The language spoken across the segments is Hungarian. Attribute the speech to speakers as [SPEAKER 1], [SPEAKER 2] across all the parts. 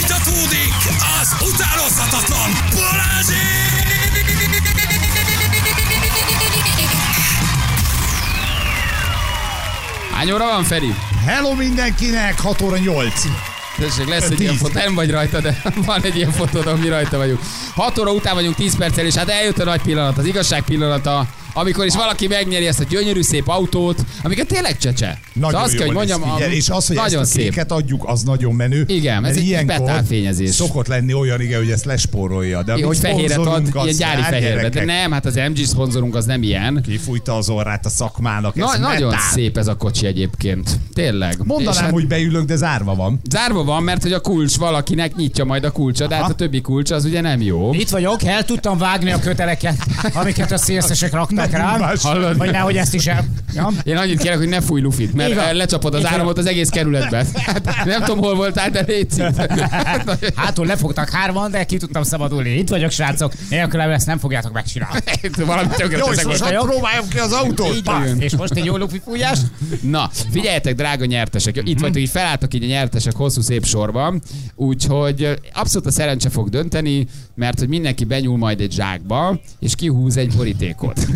[SPEAKER 1] Fújtatódik az utánozhatatlan Balázsék!
[SPEAKER 2] Hány óra van, Feri?
[SPEAKER 3] Hello mindenkinek, 6 óra 8.
[SPEAKER 2] Tessék, lesz egy ilyen
[SPEAKER 3] Tíz.
[SPEAKER 2] fotó, nem vagy rajta, de van egy ilyen fotó, ami rajta vagyunk. 6 óra után vagyunk 10 perccel, és hát eljött a nagy pillanat, az igazság pillanata, amikor is valaki megnyeri ezt a gyönyörű szép autót, amiket tényleg csecse.
[SPEAKER 3] Nagyon
[SPEAKER 2] Szóval azt
[SPEAKER 3] jó,
[SPEAKER 2] kell, hogy
[SPEAKER 3] hogy
[SPEAKER 2] mondjam,
[SPEAKER 3] ezt figyel,
[SPEAKER 2] a-
[SPEAKER 3] és az, hogy
[SPEAKER 2] nagyon
[SPEAKER 3] ezt a
[SPEAKER 2] szép.
[SPEAKER 3] kéket adjuk, az nagyon menő.
[SPEAKER 2] Igen,
[SPEAKER 3] mert
[SPEAKER 2] ez egy
[SPEAKER 3] ilyenkor
[SPEAKER 2] petálfényezés.
[SPEAKER 3] Szokott lenni olyan, igen, hogy ezt lespórolja. De
[SPEAKER 2] Jó,
[SPEAKER 3] mi
[SPEAKER 2] hogy fehéret ad,
[SPEAKER 3] szponzorunk az
[SPEAKER 2] ilyen gyári
[SPEAKER 3] jár,
[SPEAKER 2] fehérbe. De
[SPEAKER 3] gyerekek.
[SPEAKER 2] nem, hát az MG szponzorunk az nem ilyen.
[SPEAKER 3] Kifújta az orrát a szakmának.
[SPEAKER 2] Na,
[SPEAKER 3] ez
[SPEAKER 2] nagyon
[SPEAKER 3] metál.
[SPEAKER 2] szép ez a kocsi egyébként. Tényleg. És
[SPEAKER 3] Mondanám,
[SPEAKER 2] hát-
[SPEAKER 3] hogy beülök, de zárva van.
[SPEAKER 2] Zárva van, mert hogy a kulcs valakinek nyitja majd a kulcsa, de hát a többi kulcs az ugye nem jó.
[SPEAKER 4] Itt vagyok, el tudtam vágni a köteleket, amiket a szélszesek raktak
[SPEAKER 3] Megint
[SPEAKER 4] rám.
[SPEAKER 3] más.
[SPEAKER 4] Hallod? Vagy nehogy ezt is el... Ja?
[SPEAKER 2] Én annyit kérek, hogy ne fúj lufit, mert
[SPEAKER 4] Így van.
[SPEAKER 2] Igen. lecsapod az
[SPEAKER 4] Így van.
[SPEAKER 2] áramot az egész kerületben. Hát, nem tudom, hol voltál, de légy
[SPEAKER 4] Hát,
[SPEAKER 2] Hát, szíves.
[SPEAKER 4] Hátul lefogtak hárman, de ki tudtam szabadulni. Itt vagyok, srácok. Nélkül ezt nem fogjátok megcsinálni.
[SPEAKER 2] Hát, Valami
[SPEAKER 4] hát,
[SPEAKER 2] tökre
[SPEAKER 3] Jó, és
[SPEAKER 2] teszek
[SPEAKER 3] most
[SPEAKER 2] most.
[SPEAKER 3] hadd
[SPEAKER 4] vagyok.
[SPEAKER 3] próbáljam ki az autót.
[SPEAKER 4] Így
[SPEAKER 3] Pá!
[SPEAKER 4] van. És most egy jó lufi fújás.
[SPEAKER 2] Na, figyeljetek, drága nyertesek. Itt vagytok, így felálltok így a nyertesek hosszú szép sorban. Úgyhogy ö, abszolút a szerencse fog dönteni, mert hogy mindenki benyúl majd egy zsákba, és kihúz egy borítékot.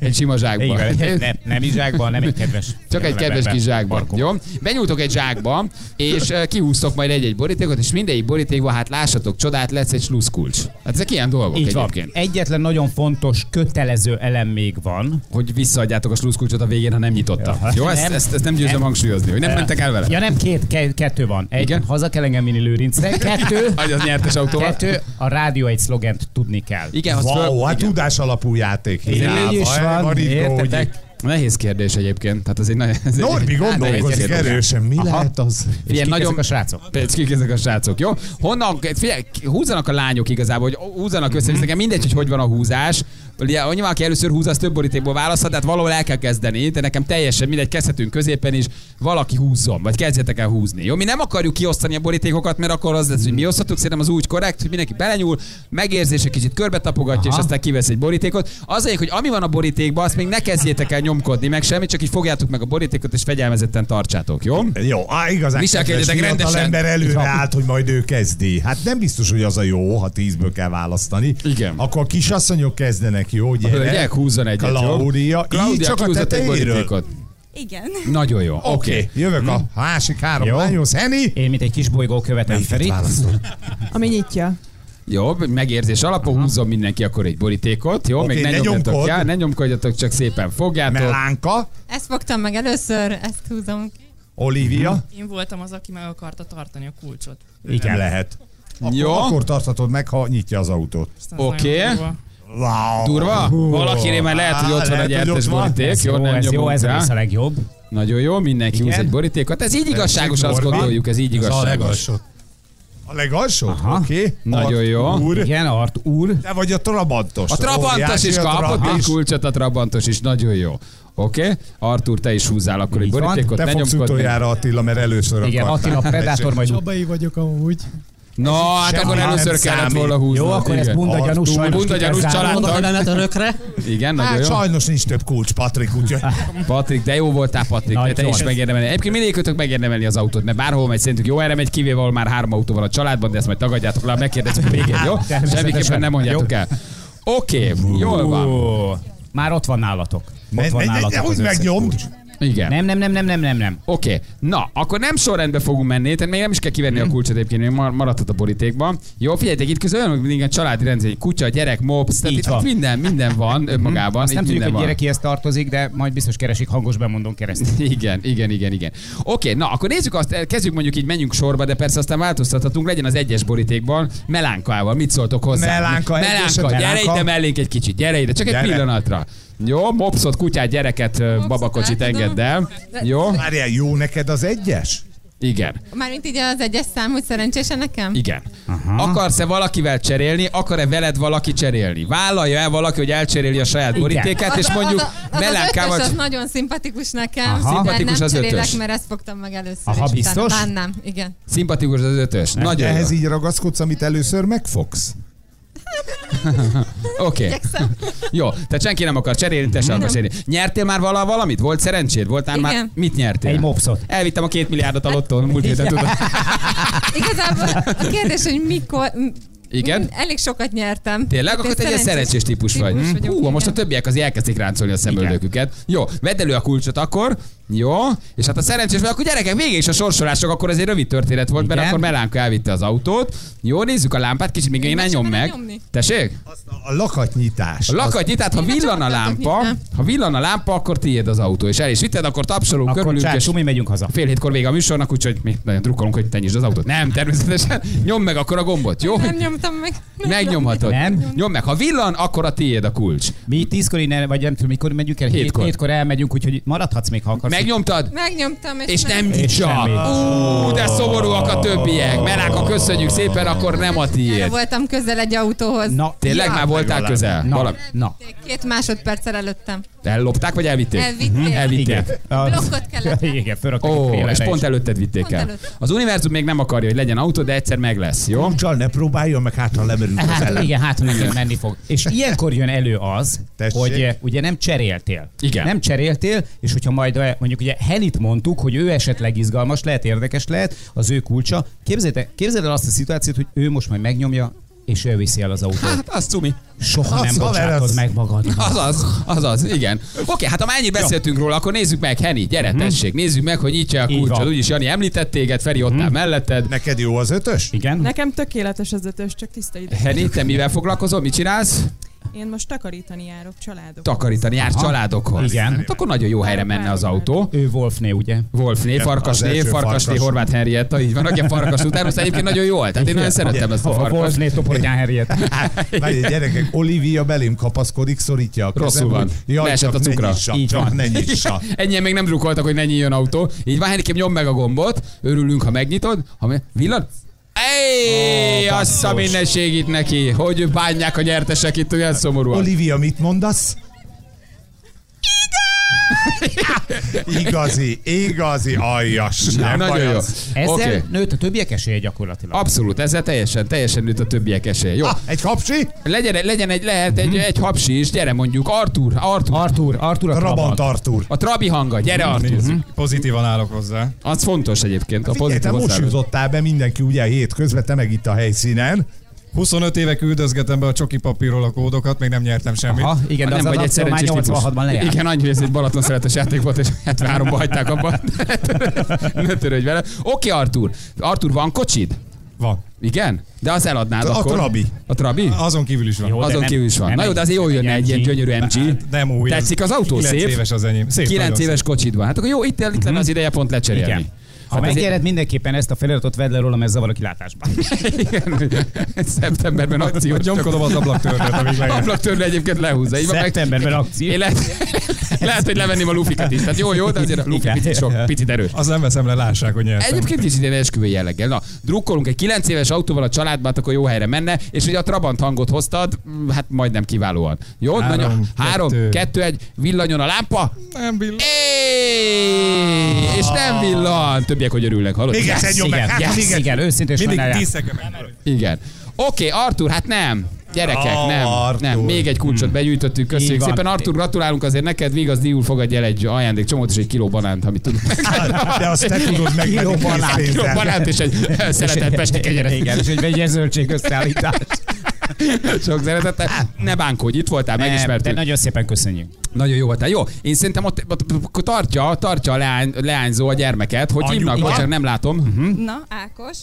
[SPEAKER 2] egy sima zsákba.
[SPEAKER 4] Nem, nem is zsákban, nem egy kedves.
[SPEAKER 2] Csak egy kedves kis zsákba. Jó? Benyúltok egy zsákba, és eh, kihúztok majd egy-egy borítékot, és mindegyik borítékban, hát lássatok csodát, lesz egy sluszkulcs. Hát ezek ilyen dolgok
[SPEAKER 4] Így van.
[SPEAKER 2] egyébként.
[SPEAKER 4] Egyetlen nagyon fontos kötelező elem még van.
[SPEAKER 2] Hogy visszaadjátok a sluszkulcsot a végén, ha nem nyitotta.
[SPEAKER 4] Ja. hát
[SPEAKER 2] Jó, ezt,
[SPEAKER 4] Nem.
[SPEAKER 2] ezt, ezt nem győzöm
[SPEAKER 4] Nem.
[SPEAKER 2] hangsúlyozni, hogy nem mentek el vele.
[SPEAKER 4] Ja nem, két, ke- kettő van. Egy,
[SPEAKER 2] Igen?
[SPEAKER 4] haza kell engem vinni lőrincre. Kettő,
[SPEAKER 2] Hogy az nyertes autóval.
[SPEAKER 4] kettő, a rádió egy szlogent tudni kell.
[SPEAKER 2] Igen, azt föl...
[SPEAKER 3] Wow, hát tudás alapú játék.
[SPEAKER 4] Így
[SPEAKER 3] Hiába,
[SPEAKER 4] is
[SPEAKER 3] eh,
[SPEAKER 4] van,
[SPEAKER 3] itt
[SPEAKER 4] értetek?
[SPEAKER 3] Gógyi.
[SPEAKER 2] Nehéz kérdés egyébként. Tehát az egy nagy... ez egy-
[SPEAKER 3] Norbi
[SPEAKER 2] Hát, nehéz
[SPEAKER 3] gondolkozik
[SPEAKER 2] kérdés.
[SPEAKER 3] erősen, mi lehet az?
[SPEAKER 2] Figyelj,
[SPEAKER 4] kik
[SPEAKER 2] nagyon...
[SPEAKER 4] ezek a srácok?
[SPEAKER 2] Perc, kik ezek a srácok, jó? Honnan, figyelj, húzzanak a lányok igazából, hogy húzzanak
[SPEAKER 4] Mhm.
[SPEAKER 2] össze, mm nekem mindegy, hogy hogy van a húzás. Ugye, annyi van, aki először húz, az több borítékból választhat, tehát valahol el kell kezdeni, de nekem teljesen mindegy, kezdhetünk középen is, valaki húzzon, vagy kezdjetek el húzni. Jó, mi nem akarjuk kiosztani a borítékokat, mert akkor az lesz, hogy mi oszthatunk, szerintem az úgy korrekt, hogy mindenki belenyúl, megérzése kicsit körbe tapogatja, és
[SPEAKER 4] Aha.
[SPEAKER 2] aztán kivesz egy borítékot. Azért, hogy ami van a borítékban, azt még ne kezdjétek el nyomkodni, meg semmit, csak így fogjátok meg a borítékot, és fegyelmezetten tartsátok, jó?
[SPEAKER 3] Jó, á, igazán
[SPEAKER 2] Viselkedjetek
[SPEAKER 3] kedves fiatal
[SPEAKER 2] rendesen.
[SPEAKER 3] ember
[SPEAKER 2] Így
[SPEAKER 3] előre
[SPEAKER 2] van.
[SPEAKER 3] állt, hogy majd ő kezdi. Hát nem biztos, hogy az a jó, ha tízből kell választani.
[SPEAKER 2] Igen.
[SPEAKER 3] Akkor a kisasszonyok kezdenek, jó? Gyere.
[SPEAKER 2] Hölgyek, húzzon egyet, jó?
[SPEAKER 3] Klaudia. Így csak a
[SPEAKER 2] kihúzott egy
[SPEAKER 3] tetejéről.
[SPEAKER 2] borítékot.
[SPEAKER 5] Igen.
[SPEAKER 2] Nagyon jó. Oké. Hm?
[SPEAKER 3] Oké, okay. jövök a másik három
[SPEAKER 4] Jó.
[SPEAKER 3] lányhoz. Henny?
[SPEAKER 4] Én, mint egy kis bolygó követem
[SPEAKER 3] Melyiket
[SPEAKER 4] Ferit.
[SPEAKER 3] választod?
[SPEAKER 6] Ami nyitja.
[SPEAKER 2] Jó, megérzés alapon húzzon mindenki akkor egy borítékot, jó?
[SPEAKER 3] Oké,
[SPEAKER 2] Még ne,
[SPEAKER 3] ne
[SPEAKER 2] nyomjatok
[SPEAKER 3] nyomkod.
[SPEAKER 2] já, ne nyomkodjatok, csak szépen fogjátok.
[SPEAKER 3] Melánka?
[SPEAKER 5] Ezt fogtam meg először, ezt húzom.
[SPEAKER 3] Olivia?
[SPEAKER 2] Mhm.
[SPEAKER 7] Én voltam az, aki meg akarta tartani a kulcsot.
[SPEAKER 3] Igen. Lehet. Akkor,
[SPEAKER 2] Jó.
[SPEAKER 3] akkor tarthatod meg, ha nyitja az autót.
[SPEAKER 7] Aztán ez
[SPEAKER 2] Oké.
[SPEAKER 7] nagyon durva.
[SPEAKER 3] Wow.
[SPEAKER 2] Durva? Valakinél már lehet, hogy ott
[SPEAKER 3] Á,
[SPEAKER 2] van
[SPEAKER 3] lehet,
[SPEAKER 2] egy
[SPEAKER 3] hogy
[SPEAKER 2] ertes
[SPEAKER 3] ott van.
[SPEAKER 2] boríték. Jó,
[SPEAKER 4] Jó,
[SPEAKER 2] nem
[SPEAKER 4] ez jó,
[SPEAKER 2] nyomunk
[SPEAKER 4] ez a
[SPEAKER 2] rá.
[SPEAKER 4] rész a legjobb.
[SPEAKER 2] Nagyon jó, mindenki húz
[SPEAKER 4] Igen.
[SPEAKER 2] egy borítékot. Ez így igazságos, azt
[SPEAKER 3] Norbi.
[SPEAKER 2] gondoljuk, ez így igazságos.
[SPEAKER 3] A legalsó?
[SPEAKER 4] Aha.
[SPEAKER 3] Oké.
[SPEAKER 2] Nagyon
[SPEAKER 3] Art
[SPEAKER 2] jó.
[SPEAKER 3] Úr.
[SPEAKER 4] Igen, Art úr.
[SPEAKER 3] Te vagy a Trabantos.
[SPEAKER 2] A Trabantos
[SPEAKER 3] Óriási
[SPEAKER 2] is
[SPEAKER 3] a
[SPEAKER 2] kapott
[SPEAKER 3] Trabant.
[SPEAKER 2] egy kulcsot, a Trabantos is. Nagyon jó. Oké? Artur, te is húzzál akkor egy
[SPEAKER 4] Így van.
[SPEAKER 2] borítékot,
[SPEAKER 3] Te
[SPEAKER 2] ne
[SPEAKER 3] fogsz
[SPEAKER 2] nyomkodni.
[SPEAKER 3] utoljára Attila, mert először
[SPEAKER 4] Igen,
[SPEAKER 3] akartál.
[SPEAKER 4] Attila Predátor majd.
[SPEAKER 8] Csabai vagyok amúgy.
[SPEAKER 2] Na, hát
[SPEAKER 3] Semmi
[SPEAKER 2] akkor
[SPEAKER 3] nem
[SPEAKER 2] először kellett
[SPEAKER 3] számít.
[SPEAKER 2] volna húzni.
[SPEAKER 4] Jó, akkor ezt bunda
[SPEAKER 3] Artúr.
[SPEAKER 4] gyanús sajnos.
[SPEAKER 2] Bunda
[SPEAKER 4] ki kell
[SPEAKER 2] gyanús
[SPEAKER 4] zárni.
[SPEAKER 2] család.
[SPEAKER 4] Mondok,
[SPEAKER 2] Mondok, hogy
[SPEAKER 8] nemet örökre.
[SPEAKER 2] Igen, nagyon
[SPEAKER 3] Hát
[SPEAKER 2] jó.
[SPEAKER 3] sajnos nincs több kulcs, Patrik, úgyhogy
[SPEAKER 2] Patrik, de jó voltál, Patrik, de
[SPEAKER 4] Nagyon.
[SPEAKER 2] te is megérdemelni. Egyébként mindegyikőtök megérdemelni az autót, mert bárhol megy, szerintük jó erre megy, kivéve, ahol már három autó van a családban, de ezt majd tagadjátok le, megkérdezzük a végén, jó?
[SPEAKER 4] Természetesen.
[SPEAKER 2] Semmiképpen nem mondjátok el. Oké, jól van.
[SPEAKER 4] Ó, Már ott van nálatok.
[SPEAKER 3] ne,
[SPEAKER 4] Ott van
[SPEAKER 3] ne, ne, ne,
[SPEAKER 4] nálatok
[SPEAKER 3] úgy
[SPEAKER 4] az összes
[SPEAKER 3] megnyomd.
[SPEAKER 4] kulcs.
[SPEAKER 2] Igen.
[SPEAKER 4] Nem, nem, nem, nem, nem, nem, nem.
[SPEAKER 2] Oké, na, akkor nem sorrendbe fogunk menni, tehát még nem is kell kivenni a kulcsot egyébként, még mar- maradhat a borítékban. Jó, figyeljetek, itt közül olyan, minden családi rendszer, kutya, gyerek, mobs, tehát
[SPEAKER 4] Így
[SPEAKER 2] itt
[SPEAKER 4] van.
[SPEAKER 2] minden, minden van önmagában.
[SPEAKER 4] Azt
[SPEAKER 2] itt
[SPEAKER 4] nem
[SPEAKER 2] minden
[SPEAKER 4] tudjuk, hogy
[SPEAKER 2] van.
[SPEAKER 4] gyerek kihez tartozik, de majd biztos keresik hangos bemondón keresztül.
[SPEAKER 2] Igen, igen, igen, igen. Oké, na akkor nézzük azt, kezdjük mondjuk így, menjünk sorba, de persze aztán változtathatunk, legyen az egyes borítékban, melánkával, mit szóltok hozzá?
[SPEAKER 3] Melánka, egyes,
[SPEAKER 2] melánka,
[SPEAKER 3] melánka.
[SPEAKER 2] gyere ide mellénk egy kicsit, gyere ide, csak egy
[SPEAKER 3] Gyere.
[SPEAKER 2] pillanatra. Jó, mopszot, kutyát, gyereket, mopszot,
[SPEAKER 5] Mopszot
[SPEAKER 2] babakocsit
[SPEAKER 5] átadom.
[SPEAKER 2] engedd el. Jó?
[SPEAKER 3] Várjál, jó neked az egyes?
[SPEAKER 2] Igen,
[SPEAKER 5] Mármint így az egyes szám, hogy szerencsése nekem?
[SPEAKER 2] igen. Akarsz-e valakivel cserélni, akar-e veled valaki cserélni? Vállalja el valaki, hogy elcseréli a saját borítékát, hát és mondjuk
[SPEAKER 5] az, az, az, az,
[SPEAKER 2] melánkával...
[SPEAKER 5] ötös, az nagyon szimpatikus nekem,
[SPEAKER 2] Aha.
[SPEAKER 5] Aha,
[SPEAKER 2] Szimpatikus
[SPEAKER 5] szimpatikus nem
[SPEAKER 2] az
[SPEAKER 5] cserélek,
[SPEAKER 2] ötös.
[SPEAKER 5] mert ezt fogtam meg először.
[SPEAKER 4] Aha,
[SPEAKER 5] és utána
[SPEAKER 4] biztos?
[SPEAKER 5] Bánnám, igen.
[SPEAKER 2] Szimpatikus az ötös. Nagyon jó.
[SPEAKER 3] Ehhez így ragaszkodsz, amit először megfogsz?
[SPEAKER 2] Oké. Okay.
[SPEAKER 5] Igyekszem.
[SPEAKER 2] Jó, tehát senki nem akar cserélni, te sem akarsz cserélni. Nyertél már vala valamit? Volt szerencséd? Voltál már?
[SPEAKER 5] Igen.
[SPEAKER 2] Mit nyertél?
[SPEAKER 4] Egy mopszot.
[SPEAKER 2] Elvittem a két milliárdot a lottón múlt héten, tudod?
[SPEAKER 5] Igazából a kérdés, hogy mikor... m-
[SPEAKER 2] Igen?
[SPEAKER 5] m- Elég sokat nyertem.
[SPEAKER 2] Tényleg?
[SPEAKER 5] Hát
[SPEAKER 2] Akkor
[SPEAKER 5] én
[SPEAKER 2] te egy ilyen szerencsés típus vagy. Hm?
[SPEAKER 5] típus vagyok,
[SPEAKER 2] Hú,
[SPEAKER 5] igen.
[SPEAKER 2] most a többiek azért elkezdik ráncolni a szemöldöküket. Jó, vedd elő a kulcsot akkor. jó, és hát a szerencsés, mert akkor gyerekek, végig is a sorsolások, akkor ez egy rövid történet volt, mert
[SPEAKER 4] Igen.
[SPEAKER 2] akkor Melánka elvitte az autót. Jó, nézzük a lámpát, kicsit még én ne
[SPEAKER 5] már sem
[SPEAKER 2] nyom
[SPEAKER 5] merem
[SPEAKER 2] meg.
[SPEAKER 5] nyomni.
[SPEAKER 2] Tessék?
[SPEAKER 3] Azt a- a lakatnyitás.
[SPEAKER 2] A lakatnyi, tehát ha
[SPEAKER 5] Én már csak
[SPEAKER 2] villan a
[SPEAKER 5] ott akarok
[SPEAKER 2] lámpa,
[SPEAKER 5] nyitni.
[SPEAKER 2] ha villan a lámpa, akkor tiéd az autó, és el is vitted, akkor tapsolunk,
[SPEAKER 4] Akkor
[SPEAKER 2] körülünk,
[SPEAKER 4] csát,
[SPEAKER 2] és
[SPEAKER 4] sumi, megyünk haza.
[SPEAKER 2] fél hétkor vége a műsornak, úgyhogy mi nagyon drukkolunk, hogy te nyisd az autót. Nem, természetesen. Nyom meg akkor a gombot, jó?
[SPEAKER 5] Nem nyomtam meg.
[SPEAKER 2] Megnyomhatod.
[SPEAKER 4] Nem?
[SPEAKER 2] Nyom meg. Ha villan, akkor a tiéd a kulcs.
[SPEAKER 4] Mi tízkor ne, vagy nem tudom, mikor megyünk el,
[SPEAKER 2] Hétkor.
[SPEAKER 4] hétkor, hétkor elmegyünk, úgyhogy maradhatsz még, ha akarsz.
[SPEAKER 2] Megnyomtad?
[SPEAKER 5] Megnyomtam, és,
[SPEAKER 2] És nem
[SPEAKER 4] És
[SPEAKER 2] nyitja.
[SPEAKER 4] semmit.
[SPEAKER 2] Ú, de szomorúak a többiek. Meláka, köszönjük szépen, akkor nem a
[SPEAKER 5] Erre
[SPEAKER 2] tiéd.
[SPEAKER 5] voltam közel egy autóhoz.
[SPEAKER 4] Na,
[SPEAKER 2] Tényleg már voltál
[SPEAKER 3] legalább.
[SPEAKER 2] közel?
[SPEAKER 4] Na,
[SPEAKER 2] Valami.
[SPEAKER 4] na.
[SPEAKER 5] Két másodperccel előttem.
[SPEAKER 2] Ellopták, vagy elvitték?
[SPEAKER 5] Elvitték.
[SPEAKER 2] Mhm,
[SPEAKER 4] Igen.
[SPEAKER 2] Elvitték.
[SPEAKER 4] A-
[SPEAKER 5] Blokkot kellett venni.
[SPEAKER 4] Igen,
[SPEAKER 2] Ó,
[SPEAKER 4] fölraktak egy
[SPEAKER 2] oh,
[SPEAKER 4] félre
[SPEAKER 2] és
[SPEAKER 4] is.
[SPEAKER 2] pont előtted vitték
[SPEAKER 5] Pont
[SPEAKER 2] el.
[SPEAKER 5] előtt.
[SPEAKER 2] Az univerzum még nem akarja, hogy legyen autó, de egyszer meg lesz, jó?
[SPEAKER 3] Csal, ne próbáljon, meg hát, ha lemerül az
[SPEAKER 4] Hát
[SPEAKER 3] ellen.
[SPEAKER 4] igen, hát nem menni fog. És ilyenkor jön elő az,
[SPEAKER 3] Tessék.
[SPEAKER 4] Tessék. hogy eh, ugye nem cseréltél.
[SPEAKER 2] Igen.
[SPEAKER 4] Nem cseréltél, és hogyha majd eh, mondjuk ugye Henit mondtuk, hogy ő esetleg izgalmas lehet, érdekes lehet, az ő kulcsa. Képzeljétek, képzeld el azt a szituációt, hogy ő most majd megnyomja, és ő viszi el az autót.
[SPEAKER 2] Hát, az Hát, cumi.
[SPEAKER 4] Soha
[SPEAKER 3] Az
[SPEAKER 4] nem
[SPEAKER 3] haver, az-
[SPEAKER 4] bocsátod meg magad.
[SPEAKER 2] Azaz, azaz, igen. Oké, hát ha már ennyit beszéltünk róla, akkor nézzük meg, Henny, gyere,
[SPEAKER 3] Mhm.
[SPEAKER 2] tessék, nézzük meg, hogy nyitja a
[SPEAKER 4] Így
[SPEAKER 2] kulcsot.
[SPEAKER 4] van.
[SPEAKER 2] Úgyis Jani említett téged, Feri ott
[SPEAKER 3] Mhm.
[SPEAKER 2] áll melletted.
[SPEAKER 3] Neked jó az ötös?
[SPEAKER 4] Igen?
[SPEAKER 7] Nekem tökéletes az ötös, csak tiszta idő.
[SPEAKER 2] Henny, te mivel foglalkozol, mit csinálsz?
[SPEAKER 7] Én most takarítani járok családok.
[SPEAKER 2] Takarítani, jársz családokhoz.
[SPEAKER 4] Igen.
[SPEAKER 2] Hát akkor nagyon jó helyre menne az autó.
[SPEAKER 4] Ő Wolfné, ugye?
[SPEAKER 2] Wolfné,
[SPEAKER 3] Igen, az
[SPEAKER 2] Farkasné,
[SPEAKER 3] első
[SPEAKER 2] Farkasné,
[SPEAKER 3] Farkas.
[SPEAKER 2] Horváth Henrietta, így van, aki a farkas után, most egyébként nagyon jól. Tehát én nagyon szerettem ezt a
[SPEAKER 4] A
[SPEAKER 2] farkas.
[SPEAKER 4] Wolfné Topolyán Harriet.
[SPEAKER 3] Várj, gyerekek, Olivia belém kapaszkodik, szorítja a kezem,
[SPEAKER 2] Rosszul van.
[SPEAKER 3] hogy Jaj,
[SPEAKER 2] Leesett a
[SPEAKER 3] csak
[SPEAKER 2] cukra.
[SPEAKER 3] Ne nyissa,
[SPEAKER 4] Így
[SPEAKER 3] csak
[SPEAKER 4] van.
[SPEAKER 3] Ne nyissa.
[SPEAKER 2] Ennyien még nem drukkoltak, hogy ne nyíljon autó. Így van, Henrikém, nyomd meg a gombot. Örülünk, ha megnyitod. Ha me- villan? Ej,
[SPEAKER 3] Ó,
[SPEAKER 2] azt a
[SPEAKER 3] basszus.
[SPEAKER 2] minden segít neki, hogy bánják a nyertesek itt olyan szomorúan.
[SPEAKER 3] Olivia, mit mondasz? Igazi, igazi, aljas. Nem
[SPEAKER 2] Nagyon
[SPEAKER 3] baj
[SPEAKER 2] jó.
[SPEAKER 3] az.
[SPEAKER 4] Ezzel
[SPEAKER 2] Oké.
[SPEAKER 4] okay. nőtt a többiek esélye gyakorlatilag.
[SPEAKER 2] Abszolút, ezzel teljesen, teljesen nőtt a többiek esélye. Jó,
[SPEAKER 3] Ah, Mhm. egy kapcsi?
[SPEAKER 2] legyen, legyen egy, lehet egy, egy hapsi is, gyere mondjuk, Artur, Artur.
[SPEAKER 4] Artur, Artur a
[SPEAKER 3] Rabant
[SPEAKER 4] Trabant.
[SPEAKER 3] Artur.
[SPEAKER 2] A trabi hanga, gyere
[SPEAKER 3] Mhm.
[SPEAKER 2] Artur.
[SPEAKER 6] Pozitívan állok hozzá.
[SPEAKER 2] Az fontos egyébként, a
[SPEAKER 3] Figyelj,
[SPEAKER 2] pozitív
[SPEAKER 3] te most
[SPEAKER 2] hozzáállás.
[SPEAKER 3] jutottál be, mindenki ugye hét közben, te meg itt a helyszínen.
[SPEAKER 6] 25 éve küldözgetem be a csoki papírról a kódokat, még nem nyertem semmit.
[SPEAKER 4] Aha, igen, de
[SPEAKER 2] Ha
[SPEAKER 4] az
[SPEAKER 2] nem vagy egy
[SPEAKER 4] adapció már
[SPEAKER 2] szerencsés típus.
[SPEAKER 4] 86-ban lejárt.
[SPEAKER 2] Igen, annyi, hogy ez egy Balaton szeretes játék volt, és 73-ban hagyták abba. Ne törődj- ne törődj vele. Oké, Artur. Artur, van kocsid?
[SPEAKER 6] Van.
[SPEAKER 2] Igen? De az eladnád
[SPEAKER 3] A
[SPEAKER 2] akkor.
[SPEAKER 3] Trabi.
[SPEAKER 2] A Trabi?
[SPEAKER 6] Azon kívül is van.
[SPEAKER 4] Jó, de
[SPEAKER 2] Azon
[SPEAKER 4] nem-
[SPEAKER 2] kívül is van.
[SPEAKER 4] nem
[SPEAKER 2] Na jó, de azért jól
[SPEAKER 4] egy
[SPEAKER 2] jönne egy ilyen
[SPEAKER 4] MG.
[SPEAKER 2] gyönyörű MG.
[SPEAKER 6] Hát nem új.
[SPEAKER 2] Tetszik az autó?
[SPEAKER 6] 9
[SPEAKER 2] Szép?
[SPEAKER 6] éves az enyém. Szép,
[SPEAKER 2] 9
[SPEAKER 6] nagyon
[SPEAKER 2] éves kocsid van. Hát akkor jó, itt, itt lenne az ideje pont lecserélni.
[SPEAKER 4] Mhm. Igen. Ha hát megnyered, mindenképpen ezt a feliratot vedd le rólam, ez zavar a kilátásban.
[SPEAKER 2] Igen. Szeptemberben
[SPEAKER 6] szép.
[SPEAKER 2] akció.
[SPEAKER 6] Vagy Nyomkodom az ablaktörlőt, amíg megjön.
[SPEAKER 2] Ablaktörlő egyébként lehúzza. Így van, meg-
[SPEAKER 4] Szeptemberben
[SPEAKER 2] Én
[SPEAKER 4] akció.
[SPEAKER 2] lehet, lehet, hogy levenném a lufikat is. Tehát jó, jó, de azért a lufi
[SPEAKER 4] Igen.
[SPEAKER 2] picit sok, picit erős.
[SPEAKER 6] Azt nem veszem le, lássák, hogy nyertem.
[SPEAKER 2] Egyébként kicsit ilyen esküvő jelleggel. Na, drukkolunk egy 9 éves autóval a családba, hát akkor jó helyre menne, és ugye a Trabant hangot hoztad, mm, hát majdnem kiválóan. Jó?
[SPEAKER 6] Három,
[SPEAKER 2] nagyon, három,
[SPEAKER 6] kettő.
[SPEAKER 2] kettő, egy, villanyon a lámpa.
[SPEAKER 6] Nem billan.
[SPEAKER 2] Éj! És nem villan. Többiek, hogy örülnek, hallod?
[SPEAKER 3] Még egyszer nyom meg.
[SPEAKER 4] Igen,
[SPEAKER 3] Hát, még
[SPEAKER 4] yes,
[SPEAKER 3] egyszer.
[SPEAKER 4] igen, őszintén
[SPEAKER 6] Mindig
[SPEAKER 4] sajnálják.
[SPEAKER 6] tízszekem elmerül.
[SPEAKER 2] Igen. Oké, Artur, hát nem. Gyerekek,
[SPEAKER 3] Ó,
[SPEAKER 2] nem,
[SPEAKER 3] Artur.
[SPEAKER 2] nem. Még egy kulcsot begyűjtöttük, köszönjük
[SPEAKER 4] Így van.
[SPEAKER 2] szépen. Artur, gratulálunk azért neked, Vigaz Diul fogadj el egy ajándék csomót és egy kiló banánt, amit tudunk.
[SPEAKER 3] De azt te tudod meg.
[SPEAKER 4] Kiló banán,
[SPEAKER 2] Kiló banánt és egy szeretett pesti kenyeret.
[SPEAKER 4] Igen, és egy vegye zöldség összeállítás.
[SPEAKER 2] Sok szeretettel. Ne bánkódj, itt voltál,
[SPEAKER 4] Nem, De
[SPEAKER 2] megismertük.
[SPEAKER 4] nagyon szépen köszönjük.
[SPEAKER 2] Nagyon jó voltál. Jó, én szerintem ott, ott, ott tartja, tartja a leány, leányzó a gyermeket, hogy
[SPEAKER 3] Anyu,
[SPEAKER 2] hívnak,
[SPEAKER 3] igen.
[SPEAKER 2] bocsánat, nem látom. Mhm.
[SPEAKER 8] Na, Ákos,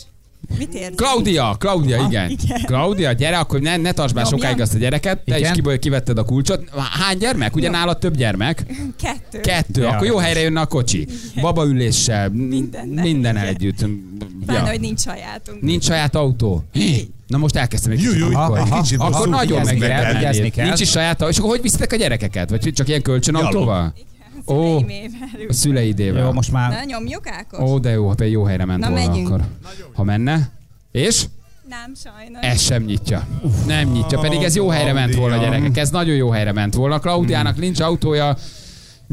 [SPEAKER 8] mit érzel?
[SPEAKER 2] Claudia, Claudia, igen.
[SPEAKER 8] igen.
[SPEAKER 2] Claudia, gyere, akkor ne, ne tartsd már
[SPEAKER 8] Nyomjam?
[SPEAKER 2] sokáig azt a gyereket. Te
[SPEAKER 4] Igen.
[SPEAKER 2] is kiből kivetted a kulcsot. Hány gyermek? Ugye nálad több gyermek?
[SPEAKER 8] Kettő.
[SPEAKER 2] Kettő.
[SPEAKER 4] Ja.
[SPEAKER 2] Akkor jó helyre jönne a kocsi. Babaüléssel, minden,
[SPEAKER 8] Mindennel.
[SPEAKER 2] minden együtt.
[SPEAKER 8] Pláne, hogy nincs sajátunk.
[SPEAKER 2] Nincs saját autó. Hí, Na most elkezdtem egy
[SPEAKER 3] Jú, jú,
[SPEAKER 2] akkor,
[SPEAKER 3] egy kicsit
[SPEAKER 2] akkor
[SPEAKER 3] hosszú
[SPEAKER 2] nagyon
[SPEAKER 4] vigyázni kell, vigyázni
[SPEAKER 2] megverni.
[SPEAKER 4] kell.
[SPEAKER 2] Nincs is saját autó. És akkor hogy viszitek a gyerekeket? Vagy csak ilyen kölcsönautóval?
[SPEAKER 8] Igen,
[SPEAKER 2] Ó.
[SPEAKER 8] szüleim évelük.
[SPEAKER 2] A szüleidével.
[SPEAKER 4] Jó, most
[SPEAKER 8] Na,
[SPEAKER 4] már
[SPEAKER 8] nyomjuk, Ákos?
[SPEAKER 2] Ó, de jó, ha például jó helyre ment
[SPEAKER 8] Na,
[SPEAKER 2] volna
[SPEAKER 8] megyünk.
[SPEAKER 2] akkor. Ha menne. És?
[SPEAKER 8] Nem, sajnos.
[SPEAKER 2] Ez sem nyitja. Nem nyitja, pedig ez jó helyre ment volna,
[SPEAKER 6] Claudia.
[SPEAKER 4] Hmm.
[SPEAKER 2] gyerekek. Ez nagyon jó helyre ment volna. Klaudiának nincs autója,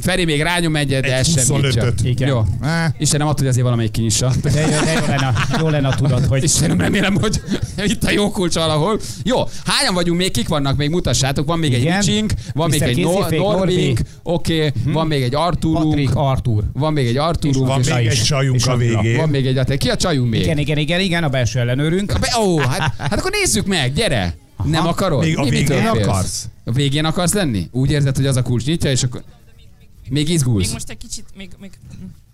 [SPEAKER 2] Feri még rányom egyet, de
[SPEAKER 3] Egy
[SPEAKER 2] ez semmit sem.
[SPEAKER 3] 25-öt.
[SPEAKER 4] Igen.
[SPEAKER 2] Jó.
[SPEAKER 3] Eh,
[SPEAKER 2] Istenem, attól, hogy azért valamelyik kinyissa.
[SPEAKER 4] De jó, de jó, lenne, a- jó lenne a tudat, hogy
[SPEAKER 2] Istenem, remélem, hogy itt a jó kulcs valahol. Jó, hányan vagyunk még, kik vannak még, mutassátok. Van még egy
[SPEAKER 4] Igen.
[SPEAKER 2] Ricsink, van még
[SPEAKER 4] Mr.
[SPEAKER 2] egy no-
[SPEAKER 4] Kézifék,
[SPEAKER 2] Norbink,
[SPEAKER 4] Norbi.
[SPEAKER 2] oké, van még egy Arturunk,
[SPEAKER 4] Patrik Artur.
[SPEAKER 2] van még egy Arturunk,
[SPEAKER 3] Mhm. van
[SPEAKER 2] és
[SPEAKER 3] még egy
[SPEAKER 4] és
[SPEAKER 3] csajunk a
[SPEAKER 4] Attila.
[SPEAKER 3] végén.
[SPEAKER 2] van még egy Attila. Ki a csajunk még?
[SPEAKER 4] Igen, igen, igen, igen, a belső ellenőrünk.
[SPEAKER 2] Be, ó, hát, hát akkor nézzük meg, gyere! Nem akarod?
[SPEAKER 3] Még a
[SPEAKER 2] Mi- mitől
[SPEAKER 3] végén
[SPEAKER 2] félsz?
[SPEAKER 3] akarsz?
[SPEAKER 2] A végén akarsz lenni? Úgy érzed, hogy az a kulcs nyitja, és akkor... Még
[SPEAKER 9] Még
[SPEAKER 2] izgulsz?
[SPEAKER 9] most egy kicsit, még, még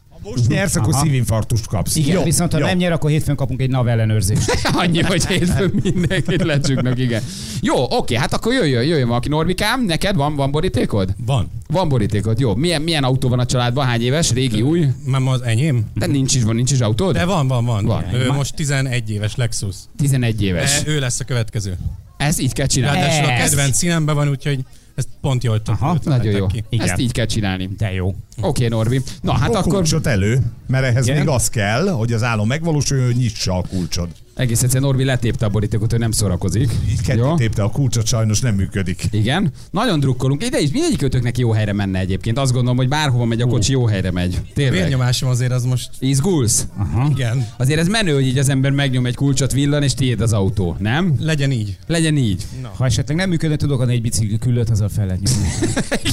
[SPEAKER 3] Ha most nyersz, akkor
[SPEAKER 4] Aha.
[SPEAKER 3] szívinfarktust kapsz.
[SPEAKER 4] Igen,
[SPEAKER 3] Jó,
[SPEAKER 4] jó, viszont ha
[SPEAKER 3] jó.
[SPEAKER 4] nem nyer, akkor hétfőn kapunk egy NAV ellenőrzést.
[SPEAKER 2] Annyi, hogy hétfőn mindenkit lecsuknak, igen. Jó, oké, hát akkor jöjjön, jöjjön valaki. Norbikám, neked van, van borítékod?
[SPEAKER 10] Van.
[SPEAKER 2] Van borítékod, jó. Milyen, milyen autó van a családban? Hány éves? Régi, új?
[SPEAKER 10] Már az enyém?
[SPEAKER 2] De nincs is, van, nincs is autód?
[SPEAKER 10] De van, van, van.
[SPEAKER 2] Van.
[SPEAKER 10] van. Ő most 11 éves Lexus.
[SPEAKER 2] 11 éves.
[SPEAKER 10] De ő lesz a következő.
[SPEAKER 2] Ezt így kell csinálni.
[SPEAKER 10] Ráadásul a
[SPEAKER 4] Ez-
[SPEAKER 10] kedvenc színemben van, úgyhogy ezt pont jól tudtuk.
[SPEAKER 4] Aha,
[SPEAKER 2] Nagyon jó.
[SPEAKER 4] Igen.
[SPEAKER 2] Ezt így kell csinálni.
[SPEAKER 4] De jó.
[SPEAKER 2] Oké, Norbi. Na, hát
[SPEAKER 3] a
[SPEAKER 2] akkor
[SPEAKER 3] kulcsot elő, mert ehhez
[SPEAKER 4] Igen.
[SPEAKER 3] még az kell, hogy az állam megvalósuljon, hogy nyissa a kulcsod.
[SPEAKER 2] egész egyszerűen Norbi letépte a borítékot, hogy nem szórakozik.
[SPEAKER 3] Így ketté tépte a kulcsot, sajnos nem működik.
[SPEAKER 2] Igen, nagyon drukkolunk. Ide is mindegyik ötöknek jó helyre menne egyébként. Azt gondolom, hogy bárhova megy a kocsi, jó helyre megy. Tényleg.
[SPEAKER 10] Vérnyomásom azért az most,
[SPEAKER 2] Izgulsz?
[SPEAKER 10] igen,
[SPEAKER 2] Azért ez menő, hogy így az ember megnyom egy kulcsot, villan, és tiéd az autó, nem?
[SPEAKER 10] legyen így.
[SPEAKER 2] Legyen így.
[SPEAKER 4] Ha esetleg nem működne, tudok adni egy bicikli küllőt, az a felett nyomni.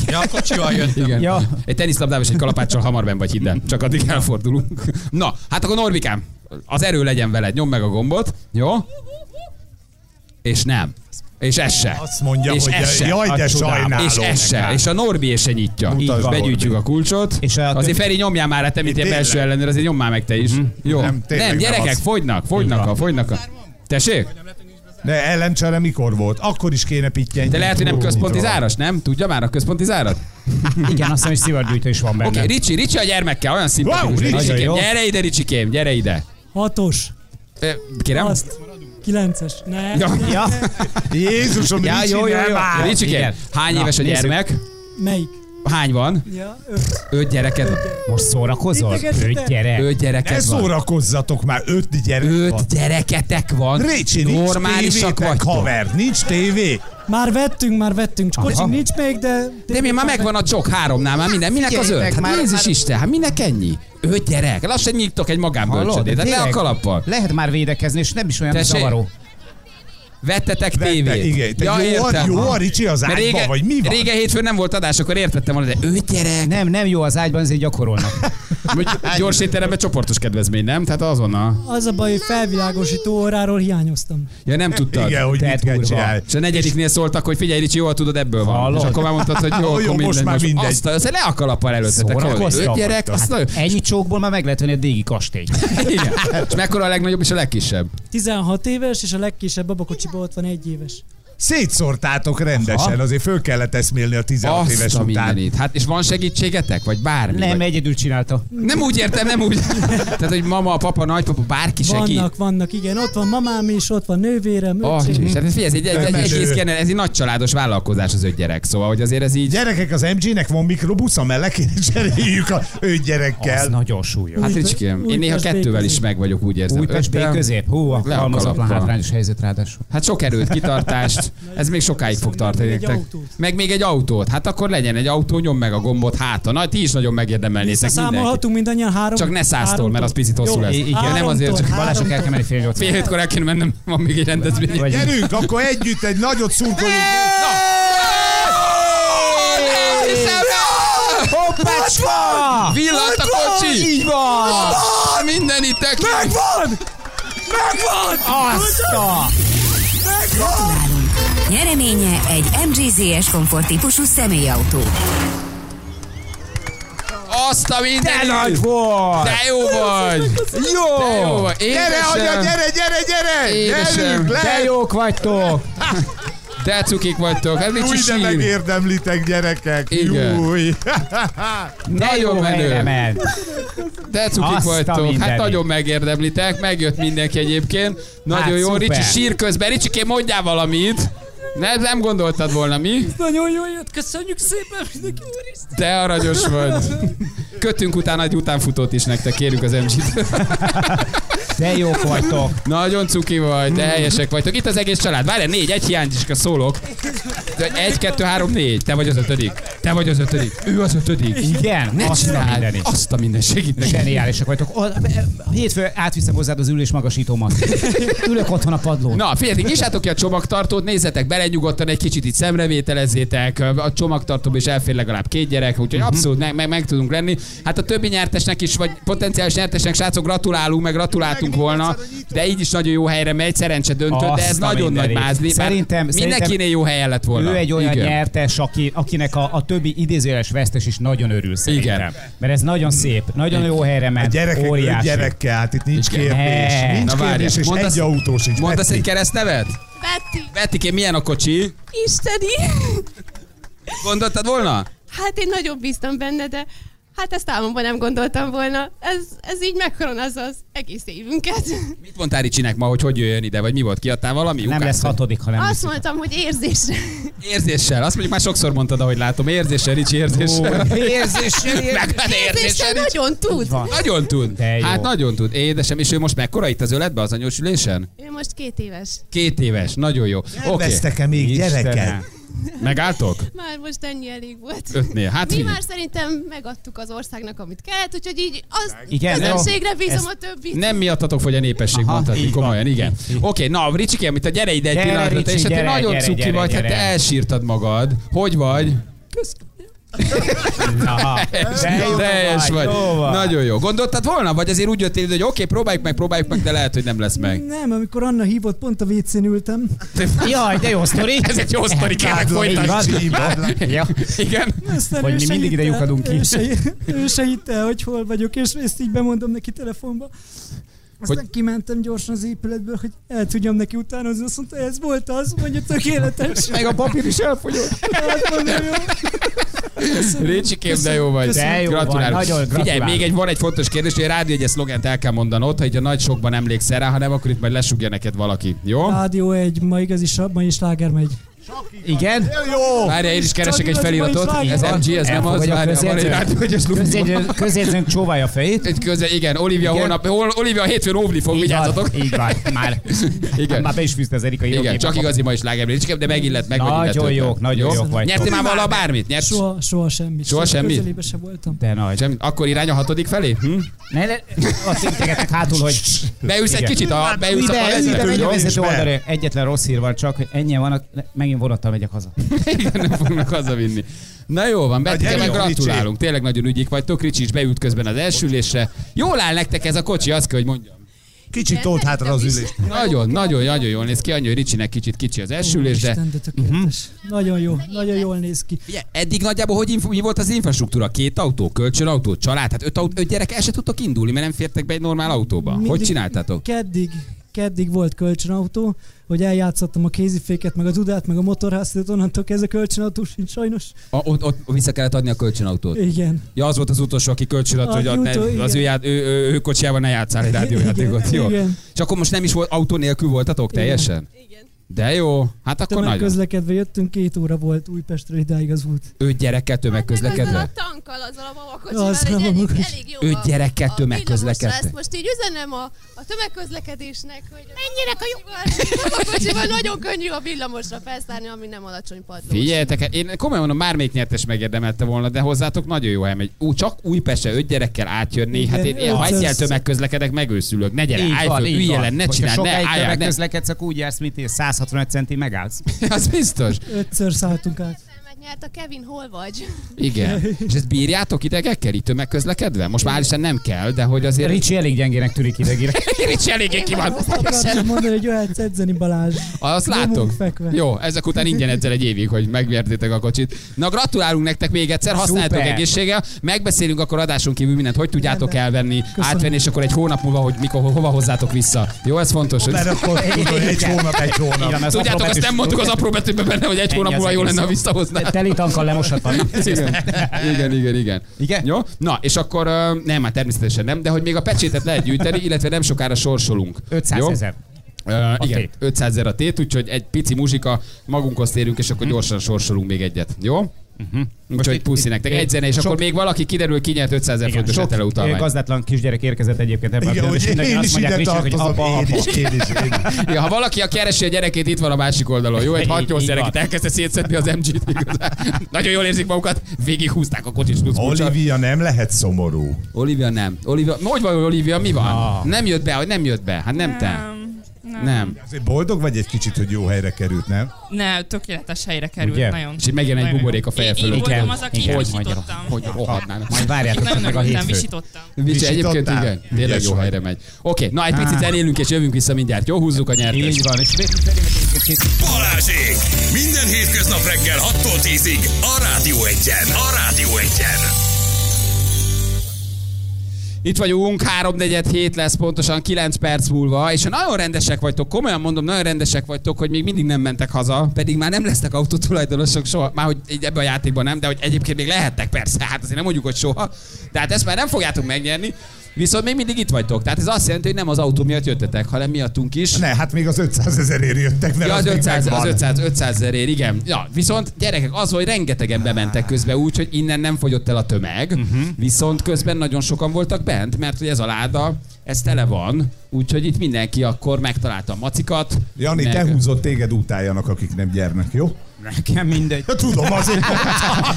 [SPEAKER 10] Ja, a kocsival jöttem.
[SPEAKER 2] Igen.
[SPEAKER 4] Ja.
[SPEAKER 2] Egy teniszlabdával és egy kalapáccsal hamar ben vagy, hidd el. Csak addig elfordulunk. Na, hát akkor Norvikám, az erő legyen veled, nyomd meg a gombot, jó? És nem. És ez se.
[SPEAKER 3] Azt mondja,
[SPEAKER 2] és
[SPEAKER 3] hogy
[SPEAKER 2] ez se.
[SPEAKER 3] jaj, de
[SPEAKER 4] A csodám.
[SPEAKER 3] sajnálom.
[SPEAKER 2] És ez se. És a Norbi se nyitja.
[SPEAKER 3] Mutasd
[SPEAKER 2] Így van.
[SPEAKER 3] be,
[SPEAKER 2] Begyűjtjük a kulcsot.
[SPEAKER 4] És a
[SPEAKER 2] azért
[SPEAKER 4] többi-
[SPEAKER 2] Feri nyomjál már, hát te mint
[SPEAKER 3] Itt
[SPEAKER 2] ilyen belső
[SPEAKER 3] tényleg. Mhm.
[SPEAKER 2] ellenőr, azért nyom már meg te is. Jó.
[SPEAKER 3] Nem, tényleg
[SPEAKER 2] nem,
[SPEAKER 3] nem
[SPEAKER 2] gyerekek,
[SPEAKER 3] az.
[SPEAKER 2] fogynak, fogynak a, fogynak a. Tessék?
[SPEAKER 3] De ellencsere mikor volt? Akkor is kéne pittyenni.
[SPEAKER 2] De lehet, hogy nem központi záras, nem? Tudja már a központi zárat?
[SPEAKER 4] Igen, azt hiszem, hogy szivargyűjtő is van
[SPEAKER 2] Oké,
[SPEAKER 4] benne.
[SPEAKER 2] okay, Ricsi, Ricsi a gyermekkel, olyan
[SPEAKER 3] Wow,
[SPEAKER 2] szimpatikus.
[SPEAKER 3] Ricsi,
[SPEAKER 2] Ricsikém,
[SPEAKER 4] jó.
[SPEAKER 2] Gyere ide, Ricsikém, gyere ide.
[SPEAKER 11] Hatos.
[SPEAKER 2] Ö, Kérem?
[SPEAKER 11] Azt. Kilences. Ne.
[SPEAKER 2] Ja.
[SPEAKER 4] Ja,
[SPEAKER 3] Jézusom,
[SPEAKER 4] ja, jó, jó, jó.
[SPEAKER 2] Ricsikém,
[SPEAKER 4] Igen.
[SPEAKER 2] hány
[SPEAKER 4] Na,
[SPEAKER 2] éves a
[SPEAKER 4] nézzük.
[SPEAKER 2] gyermek?
[SPEAKER 11] Melyik?
[SPEAKER 2] Hány van?
[SPEAKER 11] Ja, öt.
[SPEAKER 2] Öt gyereked van?
[SPEAKER 4] Most szórakozol?
[SPEAKER 11] Integettek?
[SPEAKER 4] Öt gyerek.
[SPEAKER 2] Öt
[SPEAKER 3] Ne
[SPEAKER 2] gyereked van.
[SPEAKER 3] szórakozzatok már, öt gyerek van.
[SPEAKER 2] Öt gyereketek van.
[SPEAKER 3] Récsi, nincs
[SPEAKER 2] Normálisak
[SPEAKER 3] tévétek,
[SPEAKER 2] vagytok.
[SPEAKER 3] haver, nincs tévé.
[SPEAKER 11] Már vettünk, már vettünk. Csak
[SPEAKER 2] Aha.
[SPEAKER 11] kocsink nincs még, de...
[SPEAKER 2] De mi már megvan a csok háromnál, már minden. Minek az öt?
[SPEAKER 4] Figyeljetek
[SPEAKER 2] Hát
[SPEAKER 4] már,
[SPEAKER 2] Jézus
[SPEAKER 4] már-
[SPEAKER 2] Isten, hát minek ennyi? Öt gyerek. Lassan nyíktok egy magánbölcsödét. Hát le a
[SPEAKER 4] Tényleg?
[SPEAKER 2] kalappal.
[SPEAKER 4] Lehet már védekezni, és nem is olyan
[SPEAKER 2] Tessék?
[SPEAKER 4] zavaró.
[SPEAKER 2] Vettetek
[SPEAKER 3] Vettek,
[SPEAKER 2] tévét.
[SPEAKER 3] igen. Te jó, jó, a Ricsi az ágyban,
[SPEAKER 2] régen,
[SPEAKER 3] vagy mi van?
[SPEAKER 2] Régen hétfőn nem volt adás, akkor értettem volna, de öt gyerek.
[SPEAKER 4] Nem, nem jó az ágyban, ezért gyakorolnak.
[SPEAKER 2] Mondjuk Gyors étteremben csoportos kedvezmény, nem? Tehát azonnal.
[SPEAKER 11] Az a baj, hogy felvilágosító óráról hiányoztam.
[SPEAKER 2] Ja, nem tudtad.
[SPEAKER 3] Igen, hogy mit
[SPEAKER 4] Tehát
[SPEAKER 3] kell
[SPEAKER 4] durva.
[SPEAKER 3] csinálni.
[SPEAKER 2] És a negyediknél szóltak, hogy figyelj, Ricsi, jól tudod, ebből van.
[SPEAKER 4] Hallod?
[SPEAKER 2] És akkor már mondtad, hogy jó,
[SPEAKER 3] Jó,
[SPEAKER 2] akkor
[SPEAKER 3] most
[SPEAKER 2] mindegy.
[SPEAKER 3] már mindegy.
[SPEAKER 2] Azt, azt le a kalappal előttetek. hogy Öt
[SPEAKER 4] Szórakoztam.
[SPEAKER 2] gyerek, azt nagyon...
[SPEAKER 4] Ennyi csókból már meg lehet venni a dégi kastélyt.
[SPEAKER 3] Hát.
[SPEAKER 2] Igen. És mekkora a legnagyobb és a legkisebb?
[SPEAKER 11] 16 éves, és a legkisebb babakocsiban ott van egy éves.
[SPEAKER 3] Szétszórtátok rendesen,
[SPEAKER 4] Aha.
[SPEAKER 3] azért föl kellett eszmélni a 16 éves
[SPEAKER 2] Azt a
[SPEAKER 3] után.
[SPEAKER 2] mindenit. Hát és van segítségetek? Vagy bármi?
[SPEAKER 4] Nem,
[SPEAKER 2] vagy...
[SPEAKER 4] egyedül csinálta.
[SPEAKER 2] nem úgy értem, nem úgy. Tehát, hogy mama, papa, nagypapa, bárki segít.
[SPEAKER 11] Vannak, vannak, igen. Ott van mamám is, ott van nővérem,
[SPEAKER 2] Oh,
[SPEAKER 11] öcsém.
[SPEAKER 2] hát ez, figyelj, ez egy, egy, egy,
[SPEAKER 3] Nem
[SPEAKER 2] egész
[SPEAKER 3] menő.
[SPEAKER 2] gener, ez egy nagy családos vállalkozás az öt gyerek, szóval hogy azért ez így...
[SPEAKER 3] Gyerekek, az MG-nek van mikrobusza, mert le kéne cseréljük a öt
[SPEAKER 4] Ez
[SPEAKER 3] gyerekkel.
[SPEAKER 4] nagyon súlyos.
[SPEAKER 2] Hát
[SPEAKER 11] Újpe-
[SPEAKER 2] Ricsikém, én néha
[SPEAKER 11] Újpest
[SPEAKER 2] kettővel is
[SPEAKER 11] B-közép.
[SPEAKER 2] meg vagyok, úgy érzem.
[SPEAKER 4] Újpest
[SPEAKER 2] Öttel.
[SPEAKER 4] B közép. Hú, a
[SPEAKER 2] Le a
[SPEAKER 4] halmozatlan
[SPEAKER 2] kalappal.
[SPEAKER 4] hátrányos helyzet ráadásul.
[SPEAKER 2] Hát sok erőt, kitartást, ez még sokáig fog tartani
[SPEAKER 11] Meg egy
[SPEAKER 2] nektek.
[SPEAKER 11] autót.
[SPEAKER 2] Meg még egy autót, hát akkor legyen egy autó, nyom meg a gombot hátra. Na, ti is nagyon megérdemelnétek mindenki.
[SPEAKER 11] Számolhatunk mindannyian három.
[SPEAKER 2] Csak ne száztól,
[SPEAKER 11] háromtól.
[SPEAKER 2] mert az picit hosszú
[SPEAKER 11] Jó,
[SPEAKER 2] lesz.
[SPEAKER 4] I- igen,
[SPEAKER 2] nem azért, csak
[SPEAKER 11] háromtól,
[SPEAKER 4] Balázsok el kell menni
[SPEAKER 11] háromtól.
[SPEAKER 4] fél nyolc.
[SPEAKER 2] Fél hétkor el kéne mennem, van még egy rendezvény.
[SPEAKER 4] Vagy-
[SPEAKER 3] Gyerünk, akkor együtt egy nagyot szurkolunk.
[SPEAKER 2] Nem hiszem, jó!
[SPEAKER 4] Hoppácska!
[SPEAKER 2] Villant a kocsi!
[SPEAKER 4] Így van!
[SPEAKER 2] Ah, Minden itt Megvan!
[SPEAKER 4] Azt a...
[SPEAKER 12] Gratulálunk! Nyereménye egy MGZS komfort típusú személyautó.
[SPEAKER 2] Azt a
[SPEAKER 4] De
[SPEAKER 2] minden!
[SPEAKER 4] nagy volt!
[SPEAKER 2] De jó vagy!
[SPEAKER 4] Jó!
[SPEAKER 2] De jó vagy!
[SPEAKER 3] Gyere,
[SPEAKER 2] Édesem!
[SPEAKER 3] anya, gyere, gyere, gyere!
[SPEAKER 2] Édesem.
[SPEAKER 3] Gyerünk,
[SPEAKER 4] De
[SPEAKER 3] le!
[SPEAKER 4] jók vagytok!
[SPEAKER 2] De cukik vagytok! Hát mit
[SPEAKER 3] Új, de
[SPEAKER 2] sír?
[SPEAKER 3] megérdemlitek, gyerekek!
[SPEAKER 2] Igen.
[SPEAKER 3] Júj!
[SPEAKER 4] De jó
[SPEAKER 2] Nagyon
[SPEAKER 4] helyre
[SPEAKER 2] menő!
[SPEAKER 4] ment!
[SPEAKER 2] De cukik
[SPEAKER 4] Azt a
[SPEAKER 2] vagytok! Hát
[SPEAKER 4] mindenit.
[SPEAKER 2] nagyon megérdemlitek, megjött mindenki egyébként. Nagyon
[SPEAKER 4] Hát
[SPEAKER 2] jó,
[SPEAKER 4] szuper.
[SPEAKER 2] Ricsi sír közben. Ricsikém, mondjál valamit! Nem, nem gondoltad volna, mi?
[SPEAKER 11] Nagyon jól jött, köszönjük szépen mindenki úristen.
[SPEAKER 2] Te aranyos vagy. Kötünk utána egy utánfutót is nektek, kérjük az MG-t.
[SPEAKER 4] De jók vagytok!
[SPEAKER 2] Nagyon cuki vagy, de helyesek vagytok. Itt az egész család. Várj, négy, egy hiányt is, szólok. De Egy, kettő, három, négy. Te vagy az ötödik. Te vagy az ötödik. Ő az ötödik.
[SPEAKER 4] Igen,
[SPEAKER 2] ne
[SPEAKER 4] azt a
[SPEAKER 2] csináld.
[SPEAKER 4] mindenit.
[SPEAKER 2] Azt a minden segít neki.
[SPEAKER 4] Zseniálisak vagytok. Ó, Hétfő átviszem hozzád az ülés magasítómat. Ülök otthon a padlón.
[SPEAKER 2] Na, figyeljetek, nyissátok ki a csomagtartót, nézzetek bele nyugodtan, egy kicsit itt szemrevételezzétek, a csomagtartóban is elfér legalább két gyerek, úgyhogy
[SPEAKER 4] Mhm.
[SPEAKER 2] abszolút meg, meg, meg tudunk lenni. Hát a többi nyertesnek is, vagy potenciális nyertesnek, srácok, gratulálunk, meg gratuláltunk volna, de így is nagyon jó helyre megy, szerencse döntött, de
[SPEAKER 4] Azt
[SPEAKER 2] ez
[SPEAKER 4] a
[SPEAKER 2] nagyon nagy
[SPEAKER 4] mindenit.
[SPEAKER 2] mázli. bár
[SPEAKER 4] Szerintem-
[SPEAKER 2] mindenkinél
[SPEAKER 4] szerintem
[SPEAKER 2] jó helyen lett volna.
[SPEAKER 4] Ő egy olyan
[SPEAKER 2] Igen.
[SPEAKER 4] Igen. nyertes, aki, akinek a, a többi idézőjeles vesztes is nagyon örül szerintem.
[SPEAKER 2] Igen.
[SPEAKER 4] Igen. Mert ez nagyon szép, nagyon jó helyre ment.
[SPEAKER 3] A Hát gyerekek, öt
[SPEAKER 4] óriási.
[SPEAKER 3] gyerekkel, hát itt nincs
[SPEAKER 4] Igen.
[SPEAKER 3] kérdés.
[SPEAKER 4] Ne.
[SPEAKER 3] Nincs
[SPEAKER 4] Na
[SPEAKER 2] várj,
[SPEAKER 3] kérdés, és
[SPEAKER 2] mondasz-
[SPEAKER 3] egy autó sincs.
[SPEAKER 2] Mondasz
[SPEAKER 3] Peti.
[SPEAKER 2] egy keresztnevet?
[SPEAKER 8] Betty,
[SPEAKER 2] Vetikém, milyen a kocsi?
[SPEAKER 9] Isteni!
[SPEAKER 2] Gondoltad volna?
[SPEAKER 9] Hát én nagyon bíztam benne, de hát ezt álmomban nem gondoltam volna. Ez, ez így megkoronazza az egész évünket.
[SPEAKER 2] Mit mondtál Ricsinek ma, hogy hogy jöjjön ide, vagy mi volt? Kiadtál valami?
[SPEAKER 4] Nem lesz hatodik, hanem
[SPEAKER 9] Azt mondtam, hogy érzésre.
[SPEAKER 2] Érzéssel. Azt mondjuk már sokszor mondtad, ahogy látom. Érzéssel, Ricsi, érzéssel.
[SPEAKER 4] Ó, érzéssel, érzéssel.
[SPEAKER 2] Meg hát
[SPEAKER 9] Érzésre
[SPEAKER 2] érzéssel.
[SPEAKER 9] nagyon tud.
[SPEAKER 2] Van. Nagyon tud.
[SPEAKER 4] De jó.
[SPEAKER 2] Hát nagyon tud. Édesem, és ő most mekkora itt az öletbe az anyósülésen?
[SPEAKER 9] Ő most két éves.
[SPEAKER 2] Két éves, nagyon jó. Oké.
[SPEAKER 3] vesztek-e még
[SPEAKER 2] Istenem.
[SPEAKER 3] gyereket?
[SPEAKER 2] Megálltok?
[SPEAKER 9] Már most ennyi elég volt.
[SPEAKER 2] Ötnél, hát
[SPEAKER 9] Mi
[SPEAKER 2] így.
[SPEAKER 9] már szerintem megadtuk az országnak, amit kellett, úgyhogy így az
[SPEAKER 2] Igen,
[SPEAKER 9] Igen, közönségre
[SPEAKER 2] jó.
[SPEAKER 9] bízom
[SPEAKER 2] Ezt
[SPEAKER 9] a többit.
[SPEAKER 2] Nem miattatok fogy a népesség,
[SPEAKER 4] Aha,
[SPEAKER 2] mondhatni
[SPEAKER 4] így van.
[SPEAKER 2] komolyan, igen. Oké, na, Ricsikém, itt a gyere ide egy
[SPEAKER 4] Gyere,
[SPEAKER 2] pillanatra, te
[SPEAKER 4] Ricsi,
[SPEAKER 2] és hát te
[SPEAKER 4] gyere,
[SPEAKER 2] nagyon
[SPEAKER 4] gyere,
[SPEAKER 2] cuki
[SPEAKER 4] gyere,
[SPEAKER 2] vagy, hát
[SPEAKER 4] gyere.
[SPEAKER 2] te elsírtad magad. Hogy vagy?
[SPEAKER 4] Aha. De jó
[SPEAKER 2] Teljes vagy.
[SPEAKER 4] jó vagy.
[SPEAKER 2] Nagyon jó. Gondoltad volna? Vagy azért úgy jöttél, ide, hogy oké, próbáljuk meg, próbáljuk meg, de lehet, hogy nem lesz meg.
[SPEAKER 11] Nem, amikor Anna hívott, pont a WC-n ültem.
[SPEAKER 4] Jaj, de jó sztori.
[SPEAKER 2] Ez egy jó sztori, kérlek, folytasd.
[SPEAKER 4] Ja.
[SPEAKER 2] Igen.
[SPEAKER 11] Aztán
[SPEAKER 4] Vagy
[SPEAKER 11] ő
[SPEAKER 4] mi
[SPEAKER 11] se
[SPEAKER 4] mindig ide
[SPEAKER 11] hitte-
[SPEAKER 4] lyukadunk ki.
[SPEAKER 11] Ő se, ő se hitte el, hogy hol vagyok, és ezt így bemondom neki telefonba. Aztán
[SPEAKER 2] Hogy-
[SPEAKER 11] hogy... kimentem gyorsan az épületből, hogy el tudjam neki utánozni. Azt mondta, ez volt az, mondja, tökéletes.
[SPEAKER 4] Meg a papír is elfogyott.
[SPEAKER 11] Hát mondom, jó.
[SPEAKER 2] Ricsikém, de jó vagy.
[SPEAKER 4] Köszönöm. De jó
[SPEAKER 2] Gratulálok.
[SPEAKER 4] vagy, nagyon
[SPEAKER 2] Figyelj,
[SPEAKER 4] gratulálok.
[SPEAKER 2] még egy, van egy fontos kérdés, hogy a rádió egy szlogent el kell mondanod, ha így a nagy sokban emlékszel rá, ha nem, akkor itt majd lesugja neked valaki. Jó?
[SPEAKER 11] Rádió egy, ma igazi, sa- mai sláger megy.
[SPEAKER 4] Igen.
[SPEAKER 3] Jó!
[SPEAKER 2] Várjál, én is keresek egy
[SPEAKER 11] Csak
[SPEAKER 2] feliratot.
[SPEAKER 11] igaz,
[SPEAKER 2] Ez
[SPEAKER 11] van.
[SPEAKER 2] MG, ez nem az.
[SPEAKER 4] Elfogadja a
[SPEAKER 2] Várjál, van egy
[SPEAKER 4] közjegyzőt.
[SPEAKER 2] rádió, hogy ez
[SPEAKER 4] Közjegyző- Közjegyzőnk csóválja a fejét.
[SPEAKER 2] Egy köze, igen, Olivia
[SPEAKER 4] Igen.
[SPEAKER 2] holnap, hol, Olivia hétfőn óvni fog, vigyázzatok.
[SPEAKER 4] Így van, már.
[SPEAKER 2] Igen.
[SPEAKER 4] Hát Már be is fűzte az Erika
[SPEAKER 2] Igen,
[SPEAKER 4] írógépbe.
[SPEAKER 2] csak igazi ma is lágemlécskem, de megillet meg. vagy
[SPEAKER 4] Nagyon
[SPEAKER 2] illetődve.
[SPEAKER 4] jók, nagyon jók vagytok.
[SPEAKER 2] Nyertél már vala bármit? Nyert?
[SPEAKER 11] Soha, soha semmit.
[SPEAKER 2] Soha semmit?
[SPEAKER 11] Közelébe se voltam.
[SPEAKER 4] De nagy.
[SPEAKER 2] Semmi. Akkor irány a hatodik felé? Hm?
[SPEAKER 4] Ne, ne, azt integetek hátul, hogy...
[SPEAKER 2] Beülsz egy
[SPEAKER 4] Igen.
[SPEAKER 2] kicsit, a, beülsz a
[SPEAKER 4] Ide, ide,
[SPEAKER 2] palesztre?
[SPEAKER 4] megy a
[SPEAKER 3] Jó,
[SPEAKER 4] vezető
[SPEAKER 3] és be.
[SPEAKER 4] oldalra. Egyetlen rossz hír van csak, hogy ennyien vannak, ne- megint vonattal megyek haza.
[SPEAKER 2] Igen, nem fognak hazavinni. Na jó van, Betike,
[SPEAKER 3] gyere,
[SPEAKER 2] meg
[SPEAKER 3] jó,
[SPEAKER 2] gratulálunk.
[SPEAKER 3] Ricsi.
[SPEAKER 2] Tényleg nagyon ügyik vagytok. Ricsi is beült közben az elsülésre. Jól áll nektek ez a kocsi, azt kell, hogy mondjam.
[SPEAKER 3] Kicsit tolt hátra az ülést.
[SPEAKER 2] Nagyon, nagyon, nagyon jól néz ki. Annyi, hogy Ricsinek kicsit kicsi az elsülés, de
[SPEAKER 11] Isten, de tökéletes. Nagyon jó, nagyon jól néz ki.
[SPEAKER 2] Ugye, eddig nagyjából hogy inf- mi volt az infrastruktúra? Két autó, kölcsönautó, család? Hát öt, autó, öt gyerek el se tudtok indulni, mert nem fértek be egy normál autóba. Mindig. Hogy
[SPEAKER 11] Mindig-
[SPEAKER 2] csináltátok?
[SPEAKER 11] Keddig, keddig volt kölcsönautó, hogy eljátszottam a kéziféket, meg a dudát, meg a motorháztat, onnantól kezdve kölcsönautó sincs sajnos.
[SPEAKER 2] A, ott, ott, vissza kellett adni a kölcsönautót.
[SPEAKER 11] Igen.
[SPEAKER 2] Ja, az volt az utolsó, aki kölcsönadta,
[SPEAKER 11] A
[SPEAKER 2] hogy ad- ne,
[SPEAKER 11] jutó, igen.
[SPEAKER 2] az ő, ját, ő, ő, ő kocsiával ne játszál egy rádiójátékot. Jó.
[SPEAKER 11] Igen.
[SPEAKER 2] És akkor most nem is volt autó nélkül voltatok
[SPEAKER 11] Igen.
[SPEAKER 2] teljesen?
[SPEAKER 9] Igen.
[SPEAKER 2] De jó, hát akkor nagyon. Közle-
[SPEAKER 11] Tömegközlekedve jöttünk, két óra volt Újpestről idáig az út.
[SPEAKER 2] öt gyerekkel
[SPEAKER 9] Hát Meg azzal
[SPEAKER 2] tömegközlekedve?
[SPEAKER 9] a tankkal, azzal a
[SPEAKER 11] Az
[SPEAKER 9] babakocsival,
[SPEAKER 11] a
[SPEAKER 9] egy elég,
[SPEAKER 11] babakocsi.
[SPEAKER 9] elég jó.
[SPEAKER 2] Öt
[SPEAKER 9] a-
[SPEAKER 2] gyerekkel
[SPEAKER 9] a
[SPEAKER 2] tömegközlekedtek.
[SPEAKER 9] villamosra. Ezt most így üzenem a, a tömegközlekedésnek, hogy menjenek a jó. A babakocsival nagyon könnyű a villamosra felszállni, ami nem alacsony padlós.
[SPEAKER 2] Figyeljetek, hát én komolyan mondom, bármelyik nyertes megérdemelte volna, de hozzátok nagyon jó elmegy. Ú, csak Újpestre öt gyerekkel átjönni, hát én, én ha
[SPEAKER 11] Igen,
[SPEAKER 2] egyel
[SPEAKER 11] ez-
[SPEAKER 2] tömegközlekedek, megőszülök. Ne gyere, állj föl,
[SPEAKER 4] így
[SPEAKER 2] üljél le, ne
[SPEAKER 4] Hogyha
[SPEAKER 2] csinálj, ne
[SPEAKER 4] sokáig
[SPEAKER 2] álljál, ne.
[SPEAKER 4] közlekedsz, akkor úgy jársz, mint én, 165 centi megállsz.
[SPEAKER 2] Az biztos.
[SPEAKER 11] Ötször szálltunk át.
[SPEAKER 9] Mert nyert a Kevin, hol vagy?
[SPEAKER 2] Igen. És ezt bírjátok idegekkel, így tömegközlekedve? Most már Isten nem kell, de hogy azért...
[SPEAKER 4] Ricsi elég gyengének tűnik idegire.
[SPEAKER 2] Ricsi eléggé ki van.
[SPEAKER 11] Akartam mondani, hogy jöhetsz edzeni Balázs.
[SPEAKER 2] Azt
[SPEAKER 11] Nyomunk
[SPEAKER 2] látok.
[SPEAKER 11] fekve.
[SPEAKER 2] Jó, ezek után ingyen edzel egy évig, hogy megvértétek a kocsit. Na, gratulálunk nektek még egyszer, használjátok
[SPEAKER 4] Szuper.
[SPEAKER 2] egészséggel. Megbeszélünk akkor adáson kívül mindent, hogy tudjátok elvenni, átvenni, és akkor egy hónap múlva, hogy mikor, hova hozzátok vissza. Jó, ez fontos. Hogy...
[SPEAKER 3] Mert akkor tudod, egy hónap, egy
[SPEAKER 4] Így van,
[SPEAKER 3] hónap.
[SPEAKER 4] az
[SPEAKER 2] Tudjátok,
[SPEAKER 4] apró
[SPEAKER 2] azt nem
[SPEAKER 4] betűs-
[SPEAKER 2] mondtuk az apró betűben benne, hogy egy
[SPEAKER 4] Ennyi
[SPEAKER 2] hónap
[SPEAKER 4] az
[SPEAKER 2] múlva jó
[SPEAKER 4] egész.
[SPEAKER 2] lenne, ha visszahoznád.
[SPEAKER 4] Teli tankkal lemosatlan.
[SPEAKER 2] Igen. igen, igen, igen.
[SPEAKER 4] Igen?
[SPEAKER 2] Jó? Na, és akkor ö, nem, már természetesen nem, de hogy még a pecsétet lehet gyűjteni, illetve nem sokára sorsolunk.
[SPEAKER 4] 500
[SPEAKER 2] Jó?
[SPEAKER 4] ezer.
[SPEAKER 2] Uh, igen,
[SPEAKER 4] tét.
[SPEAKER 2] 500 ezer a tét, úgyhogy egy pici muzsika, magunkhoz térünk, és akkor gyorsan sorsolunk még egyet. Jó? Uh-huh. Úgyhogy
[SPEAKER 4] itt-
[SPEAKER 2] puszi
[SPEAKER 4] Mhm. itt-
[SPEAKER 2] nektek
[SPEAKER 4] itt-
[SPEAKER 2] egy zene, és
[SPEAKER 4] sok-
[SPEAKER 2] akkor még valaki kiderül, ki nyert 500 ezer
[SPEAKER 4] Igen,
[SPEAKER 2] fontos
[SPEAKER 4] sok ö,
[SPEAKER 2] utalmány.
[SPEAKER 4] gazdátlan kisgyerek érkezett egyébként ebben
[SPEAKER 2] Igen,
[SPEAKER 4] a
[SPEAKER 2] hogy
[SPEAKER 4] pillanatban, és
[SPEAKER 2] én
[SPEAKER 4] mindenki
[SPEAKER 2] is
[SPEAKER 4] azt mondják
[SPEAKER 2] ide
[SPEAKER 4] Ricsinek, hogy apa,
[SPEAKER 2] tartozom,
[SPEAKER 4] apa.
[SPEAKER 2] én is, én is, Ja, ha valaki a keresi a gyerekét, itt van a másik oldalon. Jó, egy
[SPEAKER 4] Így
[SPEAKER 2] 6-8
[SPEAKER 4] van.
[SPEAKER 2] gyereket elkezdte szétszedni az MG-t. igazán. Nagyon jól érzik magukat, végighúzták a kocsis plusz
[SPEAKER 3] Olivia nem lehet szomorú.
[SPEAKER 2] Olivia nem. Olivia, Na, hogy van Olivia, mi van? Nem jött be, hogy nem jött be. Hát nem te.
[SPEAKER 13] Nem.
[SPEAKER 2] Nem.
[SPEAKER 3] Azért boldog vagy egy kicsit, hogy jó helyre került, nem?
[SPEAKER 13] Nem, tökéletes helyre került,
[SPEAKER 3] Ugye?
[SPEAKER 13] nagyon.
[SPEAKER 3] És így megjelen egy
[SPEAKER 13] Nagyon-
[SPEAKER 3] buborék a feje
[SPEAKER 13] Én-
[SPEAKER 3] fölött.
[SPEAKER 13] Én voltam
[SPEAKER 3] Igen,
[SPEAKER 13] az, aki
[SPEAKER 3] igen,
[SPEAKER 13] visítottam.
[SPEAKER 2] Hogy rohadnának.
[SPEAKER 4] Majd várjátok
[SPEAKER 13] Nagyon
[SPEAKER 4] meg a
[SPEAKER 13] örültem,
[SPEAKER 4] hétfőt.
[SPEAKER 13] visítottam.
[SPEAKER 2] Vicsi, egyébként
[SPEAKER 4] Visítottam.
[SPEAKER 2] igen, tényleg
[SPEAKER 4] Ügyes
[SPEAKER 2] jó
[SPEAKER 4] vagy.
[SPEAKER 2] helyre megy. Oké, na egy picit
[SPEAKER 4] Ah.
[SPEAKER 2] zenélünk és jövünk vissza mindjárt. Jó, húzzuk a nyertest.
[SPEAKER 4] Így van, és
[SPEAKER 1] Balázsék! Minden hétköznap reggel 6-tól 10-ig a Rádió Egyen. A Rádió Egyen.
[SPEAKER 2] Itt vagyunk, 3-4 hét lesz pontosan, 9 perc múlva, és ha nagyon rendesek vagytok, komolyan mondom, nagyon rendesek vagytok, hogy még mindig nem mentek haza, pedig már nem lesznek autótulajdonosok soha, már hogy így ebben a játékban nem, de hogy egyébként még lehettek persze, hát azért nem mondjuk, hogy soha, de hát ezt már nem fogjátok megnyerni, viszont még mindig itt vagytok. Tehát ez azt jelenti, hogy nem az autó miatt jöttetek, hanem miattunk is. Ne,
[SPEAKER 3] hát még az 500 ezerért jöttek, mert
[SPEAKER 2] ja, az
[SPEAKER 3] az még
[SPEAKER 2] 500, az
[SPEAKER 3] megvan.
[SPEAKER 2] 500, 500 ezerért, igen. Ja, viszont gyerekek, az, hogy rengetegen bementek közbe úgy, hogy innen nem fogyott el a tömeg, uh-huh. viszont közben nagyon sokan voltak bent, mert hogy ez a láda, ez tele van, úgyhogy itt mindenki akkor megtalálta a macikat.
[SPEAKER 3] Jani,
[SPEAKER 2] meg-
[SPEAKER 3] te húzott, téged utáljanak, akik nem gyernek, jó?
[SPEAKER 4] Nekem mindegy.
[SPEAKER 3] Tudom, azért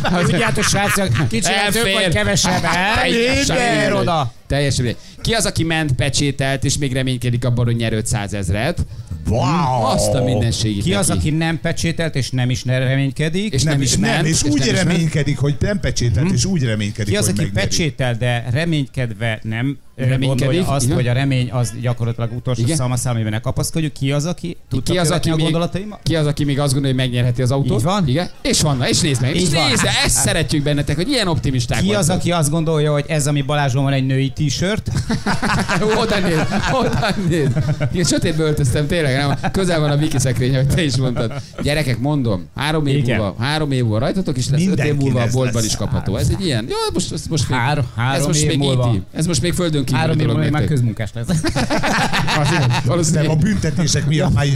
[SPEAKER 4] Ha tudjátok, srácok, kicsit több hát vagy kevesebb, el?
[SPEAKER 2] Hát, Teljesen
[SPEAKER 4] Éder
[SPEAKER 2] mindegy.
[SPEAKER 4] oda.
[SPEAKER 2] Teljesen mindegy. Ki az, aki ment, pecsételt, és még reménykedik abban, hogy nyer 500 ezret?
[SPEAKER 3] Wow!
[SPEAKER 2] Azt a mindenségét
[SPEAKER 4] Ki az,
[SPEAKER 2] neki.
[SPEAKER 4] aki nem pecsételt, és nem is ne reménykedik?
[SPEAKER 2] És nem is
[SPEAKER 3] nem,
[SPEAKER 2] ment,
[SPEAKER 3] és úgy
[SPEAKER 2] nem Mhm. is ment.
[SPEAKER 3] reménykedik, hogy nem pecsételt, és úgy reménykedik,
[SPEAKER 4] Ki az,
[SPEAKER 3] hogy
[SPEAKER 4] aki
[SPEAKER 3] megnyeri.
[SPEAKER 4] pecsétel, de reménykedve nem
[SPEAKER 2] Reménykedik,
[SPEAKER 4] reménykedik, azt,
[SPEAKER 2] igen.
[SPEAKER 4] hogy a remény az gyakorlatilag utolsó
[SPEAKER 2] Igen.
[SPEAKER 4] szalmaszám, amiben kapaszkodjuk. Ki az, aki tudta
[SPEAKER 2] Ki az, aki
[SPEAKER 4] a
[SPEAKER 2] még,
[SPEAKER 4] gondolataim?
[SPEAKER 2] ki az, aki még azt gondolja, hogy megnyerheti az autót? Így van. Igen? És van, na, és nézd meg. és
[SPEAKER 4] Így van.
[SPEAKER 2] Nézd, ezt szeretjük bennetek, hogy ilyen optimisták
[SPEAKER 4] Ki az,
[SPEAKER 2] vagytok.
[SPEAKER 4] aki azt gondolja, hogy ez, ami Balázson van, egy női t-shirt?
[SPEAKER 2] oda néz, oda néz. Én sötétbe öltöztem, tényleg, nem? Közel van a Viki szekrénye, hogy te is mondtad. Gyerekek, mondom, három év
[SPEAKER 4] Igen.
[SPEAKER 2] múlva, három év múlva rajtatok is lesz, öt év
[SPEAKER 4] Mindenki
[SPEAKER 2] múlva a
[SPEAKER 4] lesz,
[SPEAKER 2] boltban
[SPEAKER 4] lesz.
[SPEAKER 2] is kapható. Ez egy ilyen, jó, most, ez most még,
[SPEAKER 4] Három- három
[SPEAKER 2] ez most
[SPEAKER 4] év
[SPEAKER 2] még
[SPEAKER 4] múlva.
[SPEAKER 2] íti. Ez most még földön kívül
[SPEAKER 4] Három év
[SPEAKER 2] dolog
[SPEAKER 4] múlva én már
[SPEAKER 2] nektek.
[SPEAKER 4] közmunkás lesz.
[SPEAKER 2] Valószínűleg.
[SPEAKER 3] Nem, a büntetések miatt már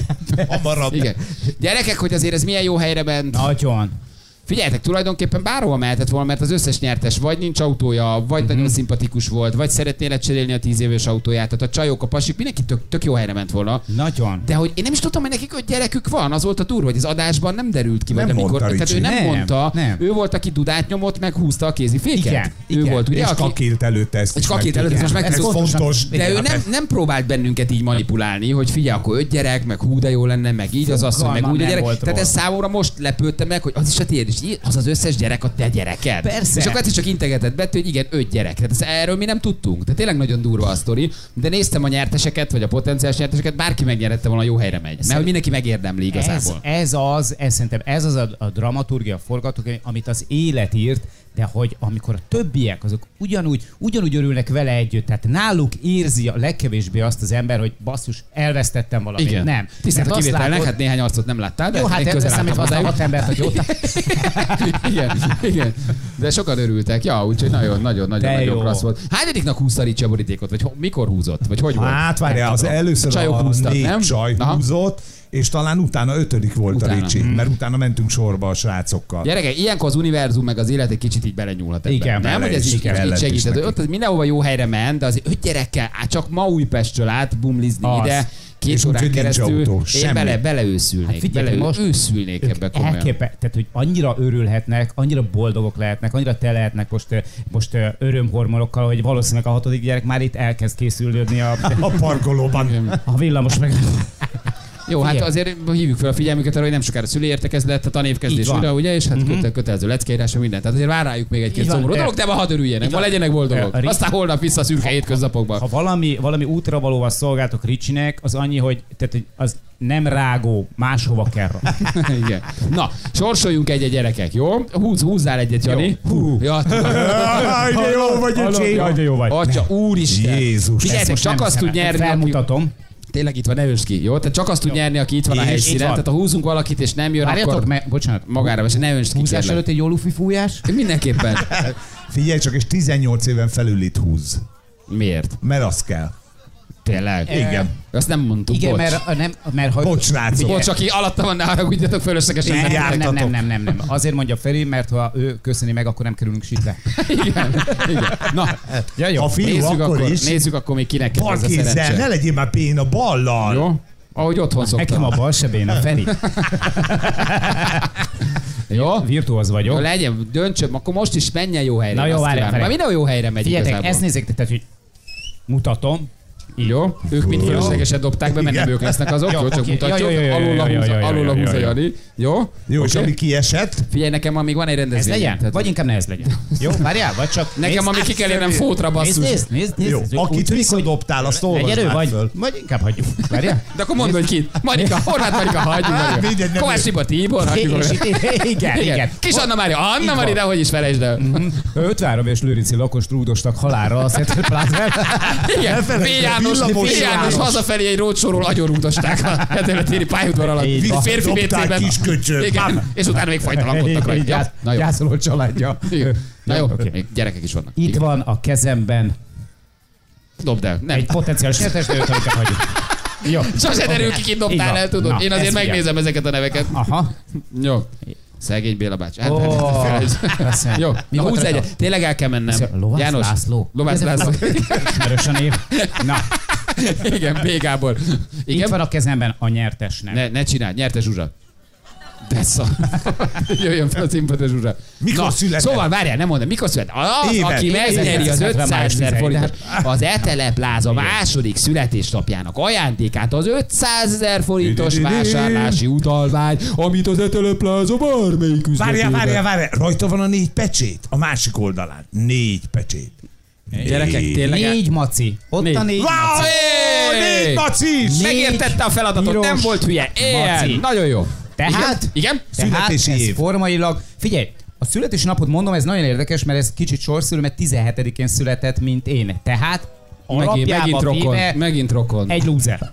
[SPEAKER 3] hamarabb.
[SPEAKER 2] Igen. Gyerekek, hogy azért ez milyen jó helyre bent.
[SPEAKER 4] Nagyon.
[SPEAKER 2] Figyeljetek, tulajdonképpen bárhova mehetett volna, mert az összes nyertes vagy nincs autója, vagy mm-hmm.
[SPEAKER 4] Mhm.
[SPEAKER 2] nagyon szimpatikus volt, vagy szeretné lecserélni a tíz éves autóját, tehát a csajok, a pasik, mindenki tök, tök jó helyre ment volna.
[SPEAKER 4] Nagyon.
[SPEAKER 2] De hogy én nem is tudtam, hogy nekik öt gyerekük van, az volt a durva, hogy az adásban nem derült ki, vagy
[SPEAKER 4] Nem
[SPEAKER 2] amikor,
[SPEAKER 4] mondta,
[SPEAKER 2] tehát ő
[SPEAKER 4] Ricsi.
[SPEAKER 2] nem,
[SPEAKER 4] Nem,
[SPEAKER 2] mondta,
[SPEAKER 4] nem.
[SPEAKER 2] ő volt, aki dudát nyomott, meg húzta a kéziféket.
[SPEAKER 4] Igen,
[SPEAKER 2] ő
[SPEAKER 4] igen.
[SPEAKER 2] volt, ugye?
[SPEAKER 4] És
[SPEAKER 2] aki...
[SPEAKER 3] kakilt előtte ezt
[SPEAKER 2] És
[SPEAKER 3] is
[SPEAKER 2] kakilt
[SPEAKER 3] megtudtuk.
[SPEAKER 2] előtte, ezt most
[SPEAKER 3] Ez
[SPEAKER 2] megtudtuk.
[SPEAKER 3] fontos.
[SPEAKER 2] De ő
[SPEAKER 3] Igen.
[SPEAKER 2] nem, nem próbált bennünket így manipulálni, hogy figyelj, akkor öt gyerek, meg hú, de jó lenne, meg így az asszony, meg
[SPEAKER 4] Fogalmam
[SPEAKER 2] úgy a
[SPEAKER 4] nem
[SPEAKER 2] gyerek.
[SPEAKER 4] volt
[SPEAKER 2] Tehát ez számomra most lepődtem meg, hogy az is a tiéd, és így, az az összes gyerek a te gyereked.
[SPEAKER 4] Persze.
[SPEAKER 2] És akkor egyszer csak integetett Betty, hogy igen, öt gyerek. Tehát ezt, erről mi nem tudtunk. Tehát tényleg nagyon durva a sztori, de néztem a nyerteseket, vagy a potenciális nyerteseket, bárki megnyerette volna, jó helyre megy. Mert hogy mindenki megérdemli
[SPEAKER 4] Ez,
[SPEAKER 2] igazából.
[SPEAKER 4] ez az, ez szerintem ez az a, a dramaturgia, a forgatókönyv, amit az élet írt, de hogy amikor a többiek, azok ugyanúgy, ugyanúgy örülnek vele együtt, tehát náluk érzi a legkevésbé azt az ember, hogy basszus, elvesztettem valamit.
[SPEAKER 2] Igen.
[SPEAKER 4] Nem.
[SPEAKER 2] Tisztelt a
[SPEAKER 4] Mert azt
[SPEAKER 2] kivételnek,
[SPEAKER 4] látod-
[SPEAKER 2] hát néhány arcot nem láttál, de
[SPEAKER 4] Jó, hát
[SPEAKER 2] még
[SPEAKER 4] közel
[SPEAKER 2] közel
[SPEAKER 4] számítva
[SPEAKER 2] álltam
[SPEAKER 4] azt a
[SPEAKER 2] hozzájuk.
[SPEAKER 4] hat embert, hogy ott
[SPEAKER 2] igen, igen. De sokan örültek, ja, úgyhogy nagyon, nagyon, nagyon,
[SPEAKER 4] De
[SPEAKER 2] nagyon
[SPEAKER 4] jó.
[SPEAKER 2] klassz volt. Hányadiknak húzta Ricsi a borítékot? Vagy ho- mikor húzott? Vagy hogy volt?
[SPEAKER 3] Hát várjál,
[SPEAKER 2] Nem
[SPEAKER 3] az
[SPEAKER 2] tudom.
[SPEAKER 3] először
[SPEAKER 2] Csajok
[SPEAKER 3] a
[SPEAKER 2] húztak,
[SPEAKER 3] négy
[SPEAKER 2] nem?
[SPEAKER 3] csaj
[SPEAKER 2] Aha.
[SPEAKER 3] húzott, és talán utána ötödik volt
[SPEAKER 2] Utána.
[SPEAKER 3] a Ricsi,
[SPEAKER 2] Mm.
[SPEAKER 3] mert utána mentünk sorba a srácokkal.
[SPEAKER 2] Gyerekek, ilyenkor az univerzum meg az élet egy kicsit így belenyúlhat ebbe.
[SPEAKER 3] Igen,
[SPEAKER 2] nem,
[SPEAKER 3] bele
[SPEAKER 2] hogy ez
[SPEAKER 3] is,
[SPEAKER 2] így,
[SPEAKER 3] igen,
[SPEAKER 2] ez így
[SPEAKER 3] kellett is
[SPEAKER 2] segített.
[SPEAKER 3] neki.
[SPEAKER 2] Ott az mindenhova jó helyre ment, de az öt gyerekkel, á, csak ma Újpestről át bumlizni
[SPEAKER 4] Az.
[SPEAKER 2] ide, két
[SPEAKER 4] És úgy,
[SPEAKER 2] órán
[SPEAKER 4] hogy nincs
[SPEAKER 2] keresztül,
[SPEAKER 4] autó,
[SPEAKER 2] én
[SPEAKER 4] semmi.
[SPEAKER 2] bele, beleőszülnék. Hát
[SPEAKER 4] figyelj, most
[SPEAKER 2] őszülnék
[SPEAKER 4] ők
[SPEAKER 2] ebbe komolyan.
[SPEAKER 4] elképe- tehát, hogy annyira örülhetnek, annyira boldogok lehetnek, annyira te lehetnek most, ö, most ö, örömhormonokkal, hogy valószínűleg a hatodik gyerek már itt elkezd készülődni a,
[SPEAKER 3] a parkolóban.
[SPEAKER 4] A villamos meg.
[SPEAKER 2] Jó, hát
[SPEAKER 4] Figyelj.
[SPEAKER 2] azért hívjuk fel a figyelmüket arra, hogy nem sokára szüli értekezlet, a
[SPEAKER 4] Így
[SPEAKER 2] tanévkezdés
[SPEAKER 4] van. Mhm.
[SPEAKER 2] újra, ugye, és hát mm-hmm. kötelező leckeírás, meg mindent. Tehát azért vár rájuk még egy-két
[SPEAKER 4] Így van,
[SPEAKER 2] szomorú
[SPEAKER 4] de-
[SPEAKER 2] dolog, de ma hadd örüljenek,
[SPEAKER 4] Így
[SPEAKER 2] ma
[SPEAKER 4] van.
[SPEAKER 2] legyenek boldogok.
[SPEAKER 4] A ri-
[SPEAKER 2] Aztán holnap vissza a szürke hétköznapokba.
[SPEAKER 4] Ha valami, valami útra valóval szolgáltok Ricsinek, az annyi, hogy, tehát, hogy az nem rágó, máshova kell.
[SPEAKER 2] Igen. Na, sorsoljunk egy gyerekek, jó? Húz, húzzál egyet, Jani. Hú. Ja, tudom.
[SPEAKER 4] Jaj, de jó vagy,
[SPEAKER 2] Hallod?
[SPEAKER 4] öcsém. Jaj, de jó vagy.
[SPEAKER 2] Atya, úristen.
[SPEAKER 4] Jézus. Ezt
[SPEAKER 2] Figyeljetek,
[SPEAKER 4] most
[SPEAKER 2] csak
[SPEAKER 4] nem
[SPEAKER 2] azt tud
[SPEAKER 4] hiszem el.
[SPEAKER 2] nyerni,
[SPEAKER 4] Felmutatom.
[SPEAKER 2] Aki... Tényleg itt van, ne üsd ki, jó? Tehát csak azt tud nyerni, aki itt van a
[SPEAKER 4] És itt
[SPEAKER 2] helyszínen.
[SPEAKER 4] van.
[SPEAKER 2] Tehát ha húzunk valakit és nem jön,
[SPEAKER 4] Várjatok,
[SPEAKER 2] akkor...
[SPEAKER 4] me- bocsánat.
[SPEAKER 2] Magára, és ne önst ki,
[SPEAKER 4] Húzás
[SPEAKER 2] kérlek.
[SPEAKER 4] előtt egy jó lufi fújás?
[SPEAKER 2] Mindenképpen.
[SPEAKER 3] Figyelj csak, és 18 éven felül itt húz.
[SPEAKER 2] Miért?
[SPEAKER 3] Mert az kell.
[SPEAKER 2] Tényleg?
[SPEAKER 3] Igen.
[SPEAKER 2] Azt nem mondtuk,
[SPEAKER 4] Igen,
[SPEAKER 2] bocs.
[SPEAKER 4] mert, a- nem, mert ha...
[SPEAKER 3] Bocs, srácok.
[SPEAKER 2] Bocs, aki alatta van, ne haragudjatok fölöslegesen.
[SPEAKER 4] nem, nem, nem, nem,
[SPEAKER 2] jártatok.
[SPEAKER 4] nem, nem, nem. Azért mondja Feri, mert ha ő köszöni meg, akkor nem kerülünk sitbe.
[SPEAKER 2] Na, ja, jó.
[SPEAKER 3] Ha fiú,
[SPEAKER 2] nézzük
[SPEAKER 3] akkor
[SPEAKER 2] akkor,
[SPEAKER 3] is.
[SPEAKER 2] Nézzük akkor még kinek kell ez a
[SPEAKER 3] Parkinson, ne
[SPEAKER 2] szerencse.
[SPEAKER 3] legyél már béna ballal.
[SPEAKER 2] Jó? Ahogy otthon szoktam.
[SPEAKER 4] Nekem a bal sebén a Feri.
[SPEAKER 2] Jó?
[SPEAKER 4] Virtuóz vagyok.
[SPEAKER 2] Jó, legyen, döntsön, akkor most is menjen jó helyre.
[SPEAKER 4] Na jó,
[SPEAKER 2] azt
[SPEAKER 4] várjál
[SPEAKER 2] kívánom.
[SPEAKER 4] Feri.
[SPEAKER 2] Már minden jó helyre megy
[SPEAKER 4] Figyeljetek,
[SPEAKER 2] igazából.
[SPEAKER 4] ezt nézzék, tehát hogy mutatom.
[SPEAKER 2] Jó, ők mind
[SPEAKER 4] Jó.
[SPEAKER 2] fölöslegesen dobták be, mert nem
[SPEAKER 4] Igen.
[SPEAKER 2] ők lesznek azok,
[SPEAKER 4] Jó,
[SPEAKER 2] jó, csak
[SPEAKER 4] oké.
[SPEAKER 2] mutatjuk.
[SPEAKER 4] Jó, jó, jó, jó,
[SPEAKER 2] Alul a
[SPEAKER 4] jó, jó,
[SPEAKER 2] húza,
[SPEAKER 4] jó,
[SPEAKER 2] alul a
[SPEAKER 4] jó,
[SPEAKER 2] húza,
[SPEAKER 4] jó, jó.
[SPEAKER 2] Jani. Jó?
[SPEAKER 3] Jó, és
[SPEAKER 2] Oké.
[SPEAKER 3] ami kiesett?
[SPEAKER 2] Figyelj, nekem amíg van egy
[SPEAKER 4] Ez
[SPEAKER 2] rendezvény.
[SPEAKER 4] legyen?
[SPEAKER 2] Tehát-
[SPEAKER 4] Vagy inkább ne ez legyen. Jó, várjál, vagy csak...
[SPEAKER 2] Nekem, ami ki kell érnem, fótra, basszus.
[SPEAKER 4] Nézd, nézd, nézd, nézd,
[SPEAKER 3] Jó,
[SPEAKER 4] nézd, úgy
[SPEAKER 3] akit
[SPEAKER 4] tűnik, hogy
[SPEAKER 3] visszadobtál, azt
[SPEAKER 4] Egy
[SPEAKER 3] olvasd
[SPEAKER 4] erő
[SPEAKER 3] már
[SPEAKER 4] vagy?
[SPEAKER 3] föl.
[SPEAKER 4] Vagy inkább hagyjuk. Várjál.
[SPEAKER 2] De akkor mondd, hogy kit. Marika, Horváth Marika, hagyjuk. Marika.
[SPEAKER 4] Mindegy, nem
[SPEAKER 2] Kovács
[SPEAKER 4] ő.
[SPEAKER 2] Tiba, Tibor, hagyjuk.
[SPEAKER 4] És- és-
[SPEAKER 2] Marika.
[SPEAKER 4] igen, igen.
[SPEAKER 2] Kis Anna Mária,
[SPEAKER 4] Így
[SPEAKER 2] Anna
[SPEAKER 4] van. Mhm.
[SPEAKER 2] Mari, de hogy is felejtsd el.
[SPEAKER 4] Ő 53 és Lőrinci lakos trúdostak halálra a Szentföld plázán.
[SPEAKER 2] Igen,
[SPEAKER 4] Elfelejtem,
[SPEAKER 2] P. János,
[SPEAKER 4] villamos
[SPEAKER 2] P. János
[SPEAKER 4] János.
[SPEAKER 2] hazafelé egy rócsóról agyorúgdosták a hetemetéri pályaudvar alatt.
[SPEAKER 4] Így van.
[SPEAKER 2] Férfi
[SPEAKER 3] Dobták,
[SPEAKER 2] WC-ben.
[SPEAKER 3] kis köcsög.
[SPEAKER 2] Igen, és utána még fajtalankodtak
[SPEAKER 4] Így
[SPEAKER 2] rajta.
[SPEAKER 4] játsz-
[SPEAKER 2] Na jó.
[SPEAKER 4] Gyászoló családja.
[SPEAKER 2] Igen. Na jó,
[SPEAKER 4] hát, Oké.
[SPEAKER 2] még gyerekek is vannak.
[SPEAKER 4] Itt van a kezemben
[SPEAKER 2] Dobd el. Nem.
[SPEAKER 4] egy potenciális nyertes, de őt inkább hagyjuk. Jó.
[SPEAKER 2] Sose
[SPEAKER 4] Oké.
[SPEAKER 2] derül ki, kit
[SPEAKER 4] Így van.
[SPEAKER 2] dobtál el, tudod.
[SPEAKER 4] Na,
[SPEAKER 2] Én azért
[SPEAKER 4] ez figyelj.
[SPEAKER 2] megnézem ezeket a neveket.
[SPEAKER 4] Aha.
[SPEAKER 2] Jó. Szegény Béla bácsi. Hát,
[SPEAKER 4] Ó,
[SPEAKER 2] felejtsd.
[SPEAKER 4] köszönöm.
[SPEAKER 2] Jó,
[SPEAKER 4] Mi
[SPEAKER 2] na
[SPEAKER 4] volt
[SPEAKER 2] húzz
[SPEAKER 4] rajta?
[SPEAKER 2] egyet. Tényleg el kell mennem.
[SPEAKER 4] Köszönöm. Lovász
[SPEAKER 2] János.
[SPEAKER 4] László.
[SPEAKER 2] Lovász
[SPEAKER 4] Ez-
[SPEAKER 2] László.
[SPEAKER 4] Ismerősen év. Na,
[SPEAKER 2] Igen, B. Gábor.
[SPEAKER 4] itt
[SPEAKER 2] Igen,
[SPEAKER 4] van a kezemben a nyertesnek.
[SPEAKER 2] ne, ne csinálj, nyerte Zsuzsa. De szó. Jöjjön fel a színpadra Zsuzsa.
[SPEAKER 3] Mikor született?
[SPEAKER 2] Szóval várjál, nem mondom, mikor született? Az,
[SPEAKER 3] Évet.
[SPEAKER 2] aki
[SPEAKER 3] Évet.
[SPEAKER 2] megnyeri az
[SPEAKER 4] 1970 május
[SPEAKER 2] 500 ezer
[SPEAKER 4] 11,
[SPEAKER 2] forintot, az Etelepláza második születésnapjának ajándékát, az 500 ezer forintos vásárlási utalvány, amit az Etelepláza bármelyik
[SPEAKER 3] Várjál, várjál,
[SPEAKER 2] üzletében.
[SPEAKER 3] várjál. Rajta van a négy pecsét? A másik oldalán. Négy pecsét.
[SPEAKER 2] Gyerekek, tényleg el-
[SPEAKER 4] Négy maci. Ott
[SPEAKER 2] Négy.
[SPEAKER 4] a négy
[SPEAKER 3] Wow!
[SPEAKER 4] maci.
[SPEAKER 2] Hey!
[SPEAKER 3] Négy macis!
[SPEAKER 4] Négy
[SPEAKER 2] Megértette a feladatot, nem
[SPEAKER 4] piros
[SPEAKER 2] volt hülye.
[SPEAKER 4] maci.
[SPEAKER 2] Ilyen, nagyon jó.
[SPEAKER 4] Tehát?
[SPEAKER 2] Igen? Igen?
[SPEAKER 4] Tehát
[SPEAKER 3] Születési
[SPEAKER 4] ez
[SPEAKER 3] év.
[SPEAKER 4] formailag, figyelj, a születésnapot mondom, ez nagyon érdekes, mert ez kicsit sorszülő, mert 17-én született, mint én. Tehát
[SPEAKER 2] Megint,
[SPEAKER 4] alapjában
[SPEAKER 2] megint rokon,
[SPEAKER 4] véve
[SPEAKER 2] megint rokon.
[SPEAKER 4] egy lúzer.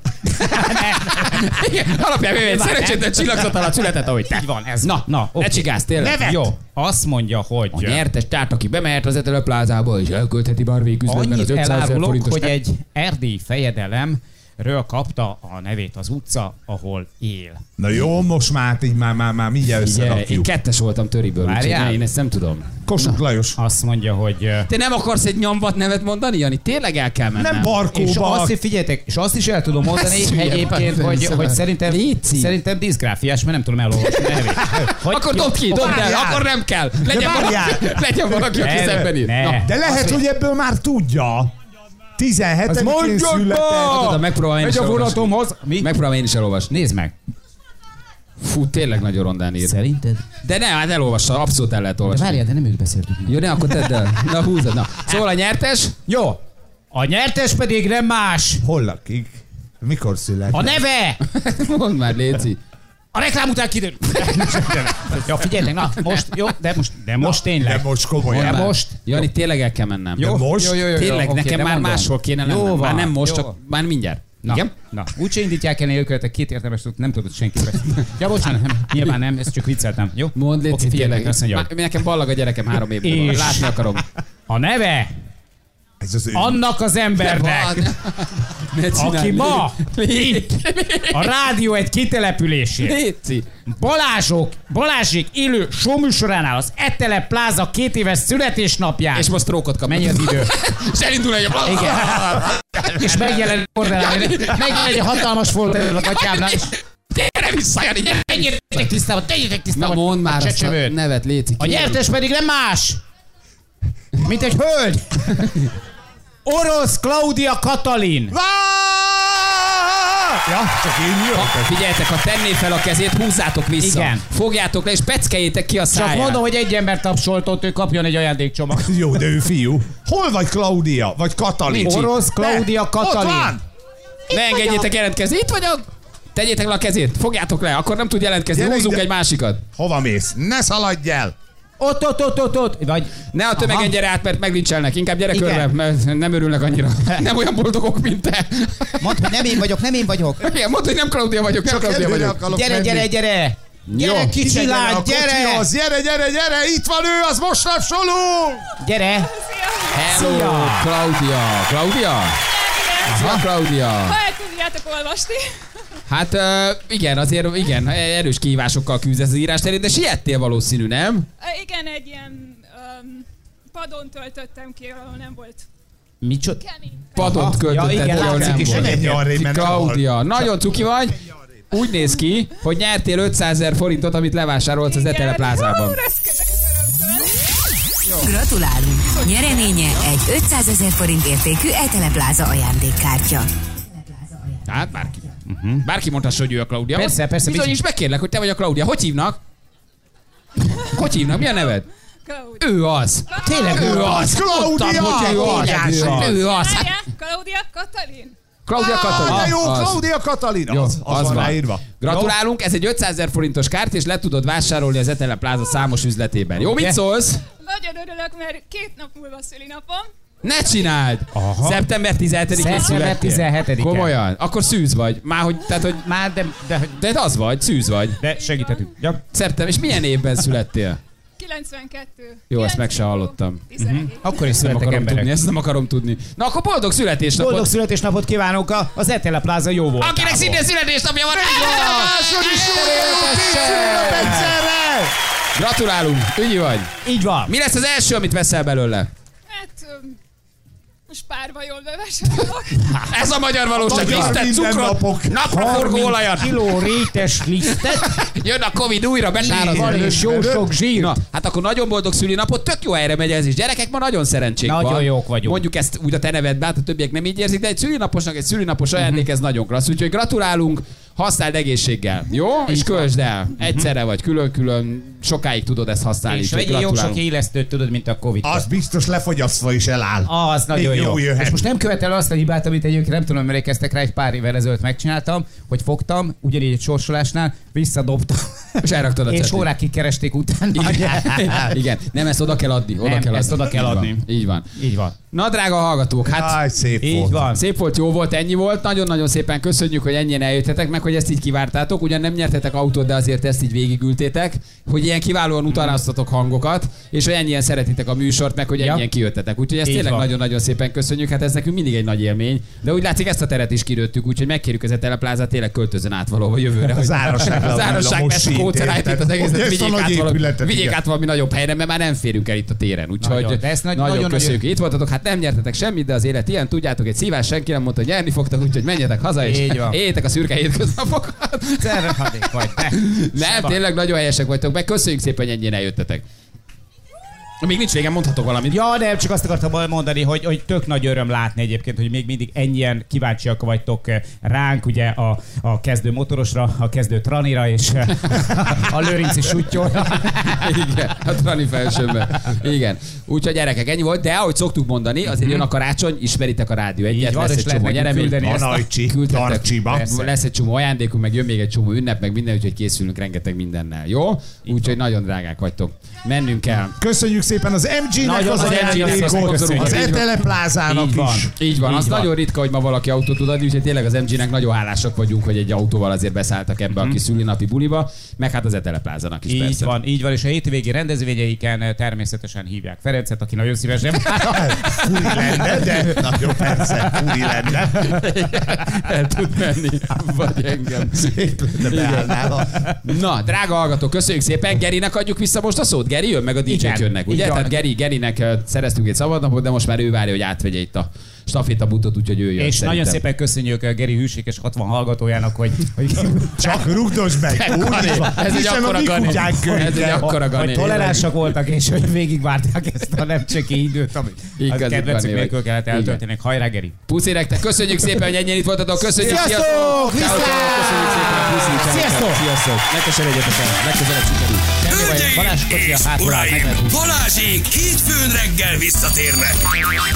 [SPEAKER 2] Igen, alapján véve egy szerencsétlen csillagzat alatt született, ahogy te.
[SPEAKER 4] Így van, ez.
[SPEAKER 2] Na,
[SPEAKER 4] na,
[SPEAKER 2] ne csigázz, tényleg.
[SPEAKER 4] Jó, azt mondja, hogy...
[SPEAKER 2] A nyertes, tehát aki bemehet az Etelő plázába és elköltheti bármelyik üzletben az
[SPEAKER 4] Annyit
[SPEAKER 2] 500 ezer
[SPEAKER 4] elárulok,
[SPEAKER 2] forintos.
[SPEAKER 4] hogy egy erdélyi fejedelem ről kapta a nevét az utca, ahol él.
[SPEAKER 3] Na jó, most már, hát így már, már, már mindjárt
[SPEAKER 2] Figyelj, én
[SPEAKER 3] összerakjuk.
[SPEAKER 2] kettes voltam töriből, úgyhogy
[SPEAKER 4] Várjál.
[SPEAKER 2] ne, én ezt nem tudom.
[SPEAKER 3] Kossuth Lajos.
[SPEAKER 4] Azt mondja, hogy... ö,
[SPEAKER 2] Te nem akarsz egy nyomvat nevet mondani, Jani? Tényleg el kell mennem.
[SPEAKER 3] Nem
[SPEAKER 4] És
[SPEAKER 3] barkóba.
[SPEAKER 4] azt is figyeljetek, és azt is el tudom mondani
[SPEAKER 2] Ez hülye,
[SPEAKER 4] egyébként,
[SPEAKER 2] bár-
[SPEAKER 4] hogy,
[SPEAKER 2] szerintem.
[SPEAKER 4] hogy szerintem,
[SPEAKER 2] Léci.
[SPEAKER 4] szerintem diszgráfiás, mert nem tudom elolvasni a nevét. Hogy
[SPEAKER 2] Akkor dobd ki, dobd el,
[SPEAKER 3] Várjál.
[SPEAKER 2] akkor nem kell. Legyen
[SPEAKER 3] De
[SPEAKER 2] valaki,
[SPEAKER 3] várjál.
[SPEAKER 2] legyen valaki aki
[SPEAKER 4] Ne,
[SPEAKER 2] szemben ír.
[SPEAKER 4] ne.
[SPEAKER 2] Na,
[SPEAKER 3] De lehet, hogy ebből már tudja. 17-én
[SPEAKER 2] Tudod,
[SPEAKER 3] született.
[SPEAKER 2] ha megpróbálom én is
[SPEAKER 4] Megy a
[SPEAKER 2] elolvasni.
[SPEAKER 4] vonatomhoz. Mi?
[SPEAKER 2] Megpróbálom én is elolvasni.
[SPEAKER 4] Nézd meg.
[SPEAKER 2] Fú, tényleg nagyon rondán ír.
[SPEAKER 4] Szerinted?
[SPEAKER 2] De ne, hát elolvassa, abszolút el lehet
[SPEAKER 4] De
[SPEAKER 2] olvasni.
[SPEAKER 4] várjál, de nem ők beszéltük.
[SPEAKER 2] Jó, ne, akkor tedd el. Na, húzod. Na. Szóval a nyertes,
[SPEAKER 4] Jó. A nyertes pedig nem más.
[SPEAKER 3] Hol lakik? Mikor született?
[SPEAKER 4] A neve!
[SPEAKER 2] mondd már, Léci.
[SPEAKER 4] A reklám után kiderül. ja, figyeljetek, na, most, jó, de most, de most tényleg.
[SPEAKER 3] De most
[SPEAKER 4] De
[SPEAKER 3] komolyan.
[SPEAKER 2] Már.
[SPEAKER 4] most.
[SPEAKER 2] Jani, tényleg el kell mennem.
[SPEAKER 3] Jó, most? Jó, jó, jó.
[SPEAKER 2] Tényleg,
[SPEAKER 4] oké,
[SPEAKER 2] nekem
[SPEAKER 4] de
[SPEAKER 2] már
[SPEAKER 4] mondom.
[SPEAKER 2] máshol kéne lennem.
[SPEAKER 4] Jó
[SPEAKER 2] már
[SPEAKER 4] van,
[SPEAKER 2] nem most,
[SPEAKER 4] jó
[SPEAKER 2] csak
[SPEAKER 4] van.
[SPEAKER 2] már mindjárt.
[SPEAKER 4] Na,
[SPEAKER 2] Igen?
[SPEAKER 4] na, úgyse indítják el nélkületek két értelmes tudok, nem tudod senki beszélni. Ja, bocsánat, nem, nyilván nem, ezt csak vicceltem, jó?
[SPEAKER 2] Mondd, Léci,
[SPEAKER 4] Oké, figyelj,
[SPEAKER 2] tényleg.
[SPEAKER 4] azt mondja,
[SPEAKER 2] Már-
[SPEAKER 4] hogy
[SPEAKER 2] Nekem ballag a gyerekem három évben.
[SPEAKER 4] És-
[SPEAKER 2] Látni akarom.
[SPEAKER 4] a neve
[SPEAKER 3] Ez az ő.
[SPEAKER 4] annak az embernek,
[SPEAKER 2] Ne csinálj,
[SPEAKER 4] aki ma
[SPEAKER 2] Léci.
[SPEAKER 4] a rádió egy kitelepülésén.
[SPEAKER 2] Léci.
[SPEAKER 4] Balázsok, Balázsék élő showműsoránál az Ettele Plaza két éves születésnapján.
[SPEAKER 2] És most trókot kap.
[SPEAKER 4] mennyi az idő?
[SPEAKER 2] És elindul egy...
[SPEAKER 4] Igen. és megjelen Borderline, megjelen egy hatalmas volt előtt a atyámnak.
[SPEAKER 2] Térre vissza, Jani, gyere, menjél!
[SPEAKER 4] Tegyétek tisztába, tegyétek
[SPEAKER 2] Na
[SPEAKER 4] tisztába.
[SPEAKER 2] mondd már azt a
[SPEAKER 4] csecsemőt.
[SPEAKER 2] nevet, Léci.
[SPEAKER 4] A nyertes pedig nem más, mint egy hölgy. Orosz Klaudia Katalin.
[SPEAKER 3] Ja, csak én jövök.
[SPEAKER 2] Ha, figyeljetek, ha tenné fel a kezét, húzzátok vissza.
[SPEAKER 4] Igen.
[SPEAKER 2] Fogjátok le, és peckejétek ki a
[SPEAKER 4] Csak
[SPEAKER 2] száját.
[SPEAKER 4] mondom, hogy egy ember tapsoltott, ő kapjon egy ajándékcsomag.
[SPEAKER 3] Jó, de ő fiú. Hol vagy Klaudia? Vagy Katalin?
[SPEAKER 4] Nincs itt. Orosz Klaudia
[SPEAKER 3] Ne,
[SPEAKER 4] Katalin.
[SPEAKER 3] Ott van!
[SPEAKER 2] ne engedjétek jelentkezni. Itt vagyok! Tegyétek le a kezét, fogjátok le, akkor nem tud jelentkezni.
[SPEAKER 3] Gyere
[SPEAKER 2] Húzzunk
[SPEAKER 3] ide.
[SPEAKER 2] egy másikat.
[SPEAKER 3] Hova mész? Ne szaladj el!
[SPEAKER 4] Ott, ott, ott, ott, ott. Vagy
[SPEAKER 2] Ne a tömegen
[SPEAKER 4] Aha.
[SPEAKER 2] gyere át, mert meglincselnek. Inkább gyere
[SPEAKER 4] Igen.
[SPEAKER 2] körbe, mert nem örülnek annyira. Nem olyan boldogok, mint te.
[SPEAKER 4] Mondd, hogy nem én vagyok, nem én vagyok.
[SPEAKER 2] Igen, mondd, hogy nem Klaudia vagyok, nem Klaudia
[SPEAKER 3] előre
[SPEAKER 2] vagyok.
[SPEAKER 3] akarok
[SPEAKER 4] Gyere,
[SPEAKER 3] menni.
[SPEAKER 4] gyere, gyere.
[SPEAKER 2] Jó.
[SPEAKER 4] Gyere, kicsi
[SPEAKER 3] Ide
[SPEAKER 4] lány,
[SPEAKER 3] a
[SPEAKER 4] gyere.
[SPEAKER 3] kocsihoz. Gyere, gyere, gyere! Itt van ő, az most rapsoló!
[SPEAKER 4] Gyere.
[SPEAKER 2] Hello,
[SPEAKER 4] Szia.
[SPEAKER 2] Klaudia. Klaudia? Szia, Claudia!
[SPEAKER 14] Ha el tudjátok olvasni.
[SPEAKER 2] Hát ö, igen, azért igen, erős kihívásokkal küzdesz az írás terén, de siettél valószínű, nem?
[SPEAKER 14] Ö, Igen, egy ilyen öm, padon töltöttem ki, ahol nem volt.
[SPEAKER 2] Micsoda?
[SPEAKER 14] Kemény.
[SPEAKER 2] Padont költötted,
[SPEAKER 14] igen,
[SPEAKER 2] ahol
[SPEAKER 14] látszik
[SPEAKER 2] nem
[SPEAKER 14] is,
[SPEAKER 2] volt.
[SPEAKER 14] hogy
[SPEAKER 3] egy arrébb ment
[SPEAKER 2] Claudia,
[SPEAKER 3] a hal.
[SPEAKER 2] nagyon cuki vagy. Úgy néz ki, hogy nyertél 500 ezer forintot, amit levásárolsz az Etele plázában.
[SPEAKER 12] Gratulálunk! Nyereménye egy 500 ezer forint értékű Etelepláza ajándékkártya.
[SPEAKER 2] Hát bárki. Uh-huh. Bárki mondhassa, hogy ő a Claudia.
[SPEAKER 4] Persze,
[SPEAKER 2] Hogy-
[SPEAKER 4] persze,
[SPEAKER 2] Bizony
[SPEAKER 4] bizony.
[SPEAKER 2] is bekérlek, hogy te vagy a Claudia. Hogy hívnak? Hogy hívnak? Mi a neved? Ő az. Tényleg ő az.
[SPEAKER 14] Claudia!
[SPEAKER 2] Tudtam, hogy ő az.
[SPEAKER 14] Óriási.
[SPEAKER 2] Ő az. Ő az.
[SPEAKER 14] Várjál, Claudia Katalin.
[SPEAKER 2] Claudia Katalin.
[SPEAKER 3] de jó,
[SPEAKER 2] Az.
[SPEAKER 3] Claudia Katalin.
[SPEAKER 2] Jó,
[SPEAKER 3] az, az, van ráírva.
[SPEAKER 2] Gratulálunk, ez egy 500 ezer forintos kárt, és le tudod vásárolni az Etele Plaza számos üzletében. Jó, mit
[SPEAKER 14] Ugye?
[SPEAKER 2] szólsz?
[SPEAKER 14] Nagyon örülök, mert két nap múlva szülinapom.
[SPEAKER 2] Ne csináld! Aha. Szeptember 17-én
[SPEAKER 4] Szeptember
[SPEAKER 2] születtél.
[SPEAKER 4] 17-én.
[SPEAKER 2] Komolyan? Akkor szűz vagy. Már hogy, tehát, hogy... Már, de, de, de az vagy, szűz vagy. De segíthetünk. Ja. Szeptember, és milyen évben születtél?
[SPEAKER 14] 92.
[SPEAKER 2] Jó, ezt meg se hallottam. Uh-huh. Akkor is
[SPEAKER 4] születtek
[SPEAKER 2] nem akarom
[SPEAKER 4] emberek.
[SPEAKER 2] tudni, ezt nem akarom tudni. Na akkor boldog születésnapot!
[SPEAKER 4] Boldog születésnapot kívánok a- az Etele Plaza jó volt.
[SPEAKER 2] Akinek szintén születésnapja van!
[SPEAKER 1] Második
[SPEAKER 2] Gratulálunk, ügyi vagy.
[SPEAKER 4] Így van.
[SPEAKER 2] Mi lesz az első, amit veszel belőle?
[SPEAKER 14] Hát, öm, spárba jól bevásárolok.
[SPEAKER 2] Ez a magyar valóság.
[SPEAKER 4] Magyar
[SPEAKER 2] Lisztet, cukrot,
[SPEAKER 4] mindennapok.
[SPEAKER 2] napraforgó
[SPEAKER 4] 30
[SPEAKER 2] olajat.
[SPEAKER 4] kiló rétes lisztet.
[SPEAKER 2] Jön a Covid újra, besáraz.
[SPEAKER 4] Van, és jó sok zsír.
[SPEAKER 2] Na, hát akkor nagyon boldog szülinapot, tök jó helyre megy ez is. Gyerekek, ma nagyon szerencsék
[SPEAKER 4] Nagyon
[SPEAKER 2] van.
[SPEAKER 4] jók vagyunk.
[SPEAKER 2] Mondjuk ezt úgy a te nevedbe, hát a többiek nem így érzik, de egy szülinaposnak egy szülinapos
[SPEAKER 4] Mhm.
[SPEAKER 2] ajándék, ez nagyon klassz. Úgyhogy gratulálunk, használd egészséggel, jó? és költsd el. Egyszerre vagy külön-külön, sokáig tudod ezt használni.
[SPEAKER 4] Mhm. És
[SPEAKER 2] úgyhogy
[SPEAKER 4] vegyél jó
[SPEAKER 2] gratulálunk.
[SPEAKER 4] sok élesztőt, tudod, mint a Covid.
[SPEAKER 3] Az biztos lefogyasztva is eláll.
[SPEAKER 4] Az nagyon
[SPEAKER 3] Még
[SPEAKER 4] jó.
[SPEAKER 3] jó jöhet.
[SPEAKER 4] És most nem követel azt a hibát, amit egyébként nem tudom, emlékeztek rá, egy pár évvel ezelőtt megcsináltam, hogy fogtam, ugyanígy egy sorsolásnál, visszadobtam.
[SPEAKER 2] És elraktad a
[SPEAKER 4] És
[SPEAKER 2] cetlit.
[SPEAKER 4] órákig keresték utána.
[SPEAKER 2] Igen. Igen, nem, ezt oda kell adni. Oda
[SPEAKER 4] Nem,
[SPEAKER 2] kell
[SPEAKER 4] ezt
[SPEAKER 2] adni.
[SPEAKER 4] oda kell
[SPEAKER 2] Így van.
[SPEAKER 4] adni.
[SPEAKER 2] Így van.
[SPEAKER 4] Így van.
[SPEAKER 2] Na, drága hallgatók, hát
[SPEAKER 3] Jaj, szép
[SPEAKER 2] így
[SPEAKER 3] volt.
[SPEAKER 2] van. Szép volt, jó volt, ennyi volt. Nagyon-nagyon szépen köszönjük, hogy ennyien eljöttetek, meg hogy ezt így kivártátok. Ugyan nem nyertetek autót, de azért ezt így végigültétek, hogy ilyen kiválóan utánoztatok hangokat, és hogy ennyien szeretitek a műsort, meg hogy ennyien kijöttetek. Úgyhogy ezt
[SPEAKER 4] Így
[SPEAKER 2] tényleg
[SPEAKER 4] van.
[SPEAKER 2] nagyon-nagyon szépen köszönjük, hát ez nekünk mindig egy nagy élmény. De úgy látszik, ezt a teret is kirőttük, úgyhogy megkérjük az Eteleplázát, tényleg költözön át valahova jövőre.
[SPEAKER 3] Az árasság
[SPEAKER 2] az
[SPEAKER 3] lehull a
[SPEAKER 2] árasság
[SPEAKER 3] Mossi
[SPEAKER 2] vesz a kócerájt, itt
[SPEAKER 3] téren.
[SPEAKER 2] az egészet
[SPEAKER 3] Ugye ezt a
[SPEAKER 2] vigyék
[SPEAKER 3] nagy
[SPEAKER 2] át valami-
[SPEAKER 3] épületet,
[SPEAKER 2] vigyék
[SPEAKER 3] igen.
[SPEAKER 2] át valami nagyobb helyre, mert már nem férünk el itt a téren. Úgyhogy
[SPEAKER 4] Nagyon, de ezt nagy-
[SPEAKER 2] nagyon,
[SPEAKER 4] nagyon-
[SPEAKER 2] köszönjük.
[SPEAKER 4] nagyon-
[SPEAKER 2] Itt voltatok, hát nem nyertetek semmit, de az élet ilyen, tudjátok, egy szívás senki nem mondta, hogy nyerni fogtak, úgyhogy menjetek haza és
[SPEAKER 4] Így van.
[SPEAKER 2] éljétek a szürke hétköznapokat.
[SPEAKER 4] Szerhadék vagy te.
[SPEAKER 2] Nem,
[SPEAKER 4] Szabad.
[SPEAKER 2] tényleg nagyon helyesek vagytok, meg köszönjük szépen, hogy ennyien eljöttetek. Még nincs vége, mondhatok valamit.
[SPEAKER 4] Ja, nem, csak azt akartam mondani, hogy, hogy tök nagy öröm látni egyébként, hogy még mindig ennyien kíváncsiak vagytok eh, ránk, ugye a, a kezdő motorosra, a kezdő tranira és eh, a lőrinci sutyóra.
[SPEAKER 2] Igen, a Trani felsőben. Igen. Úgyhogy gyerekek, ennyi volt, de ahogy szoktuk mondani, azért jön a karácsony, ismeritek a rádió egyet,
[SPEAKER 4] Mhm. van,
[SPEAKER 2] lesz
[SPEAKER 4] és
[SPEAKER 2] egy
[SPEAKER 4] lehet
[SPEAKER 2] csomó nyeremény.
[SPEAKER 4] nekünk küldeni
[SPEAKER 2] Van
[SPEAKER 4] ezt a-
[SPEAKER 2] Ajcsi, küldhetek.
[SPEAKER 3] Tarcsiba.
[SPEAKER 2] Persze. Lesz egy csomó ajándékunk, meg jön még egy csomó ünnep, meg minden, úgyhogy készülünk rengeteg mindennel, jó? Úgyhogy nagyon drágák vagytok. Mennünk kell.
[SPEAKER 3] Köszönjük szépen az MG-nek
[SPEAKER 2] Nagyon
[SPEAKER 3] az
[SPEAKER 2] az MG-nek
[SPEAKER 3] ajándékot,
[SPEAKER 2] köszönjük.
[SPEAKER 3] az
[SPEAKER 2] Így van.
[SPEAKER 3] Etele plázának
[SPEAKER 2] Így van,
[SPEAKER 3] is.
[SPEAKER 2] így van.
[SPEAKER 3] Így
[SPEAKER 2] az
[SPEAKER 3] van.
[SPEAKER 2] nagyon ritka, hogy ma valaki autót tud adni, úgyhogy tényleg az MG-nek nagyon hálásak vagyunk, hogy egy autóval azért beszálltak ebbe a kis szülinapi buliba, meg hát az Eteleplázának is
[SPEAKER 4] Mhm. Így
[SPEAKER 2] persze.
[SPEAKER 4] van, így van, és a hétvégi rendezvényeiken eh, természetesen hívják Ferencet, aki nagyon szívesen
[SPEAKER 3] Furi lenne, de nagyon persze, furi lenne.
[SPEAKER 2] El tud menni, vagy engem. Szép
[SPEAKER 3] de beállnál a-
[SPEAKER 2] Na, drága hallgató, köszönjük szépen. Gerinek adjuk vissza most a szót. Geri jön, meg a dj
[SPEAKER 4] Igen,
[SPEAKER 2] jönnek, ugye?
[SPEAKER 4] így van.
[SPEAKER 2] Tehát Geri, Gerinek eh, szereztünk egy szabadnapot, de most már ő várja, hogy átvegye itt a stafétabutot, úgyhogy ő jön.
[SPEAKER 4] És
[SPEAKER 2] szerintem.
[SPEAKER 4] nagyon szépen köszönjük eh, Geri hűséges 60 hallgatójának, hogy, hogy
[SPEAKER 3] Csak rugdosd meg!
[SPEAKER 2] Gani,
[SPEAKER 3] Úgy van.
[SPEAKER 2] ez egy
[SPEAKER 3] Hiszen a
[SPEAKER 2] akkora
[SPEAKER 3] mi
[SPEAKER 2] Gani.
[SPEAKER 3] kutyánk
[SPEAKER 2] Ez egy
[SPEAKER 3] kölyke.
[SPEAKER 2] akkora Gani.
[SPEAKER 4] hogy toleránsak voltak, és hogy végigvárták ezt a nem csekély időt, amit
[SPEAKER 2] Igazi
[SPEAKER 4] a kedvencük
[SPEAKER 2] Gani vagy.
[SPEAKER 4] nélkül kellett eltöltenek. Hajrá, Geri!
[SPEAKER 2] Puszi nektek, köszönjük szépen, hogy ennyien itt voltatok, köszönjük,
[SPEAKER 4] Sziasztok!
[SPEAKER 2] Ciao, ciao, Köszönjük szépen, puszi, ciao,
[SPEAKER 4] Sziasztok!
[SPEAKER 2] ciao. Sziasztok! Legközelebb egyetek el, legközelebb sikerül. Semmi baj, Balázs kocsi a hátul áll, meg lehet húzni.
[SPEAKER 1] Balázsék hétfőn reggel visszatérnek.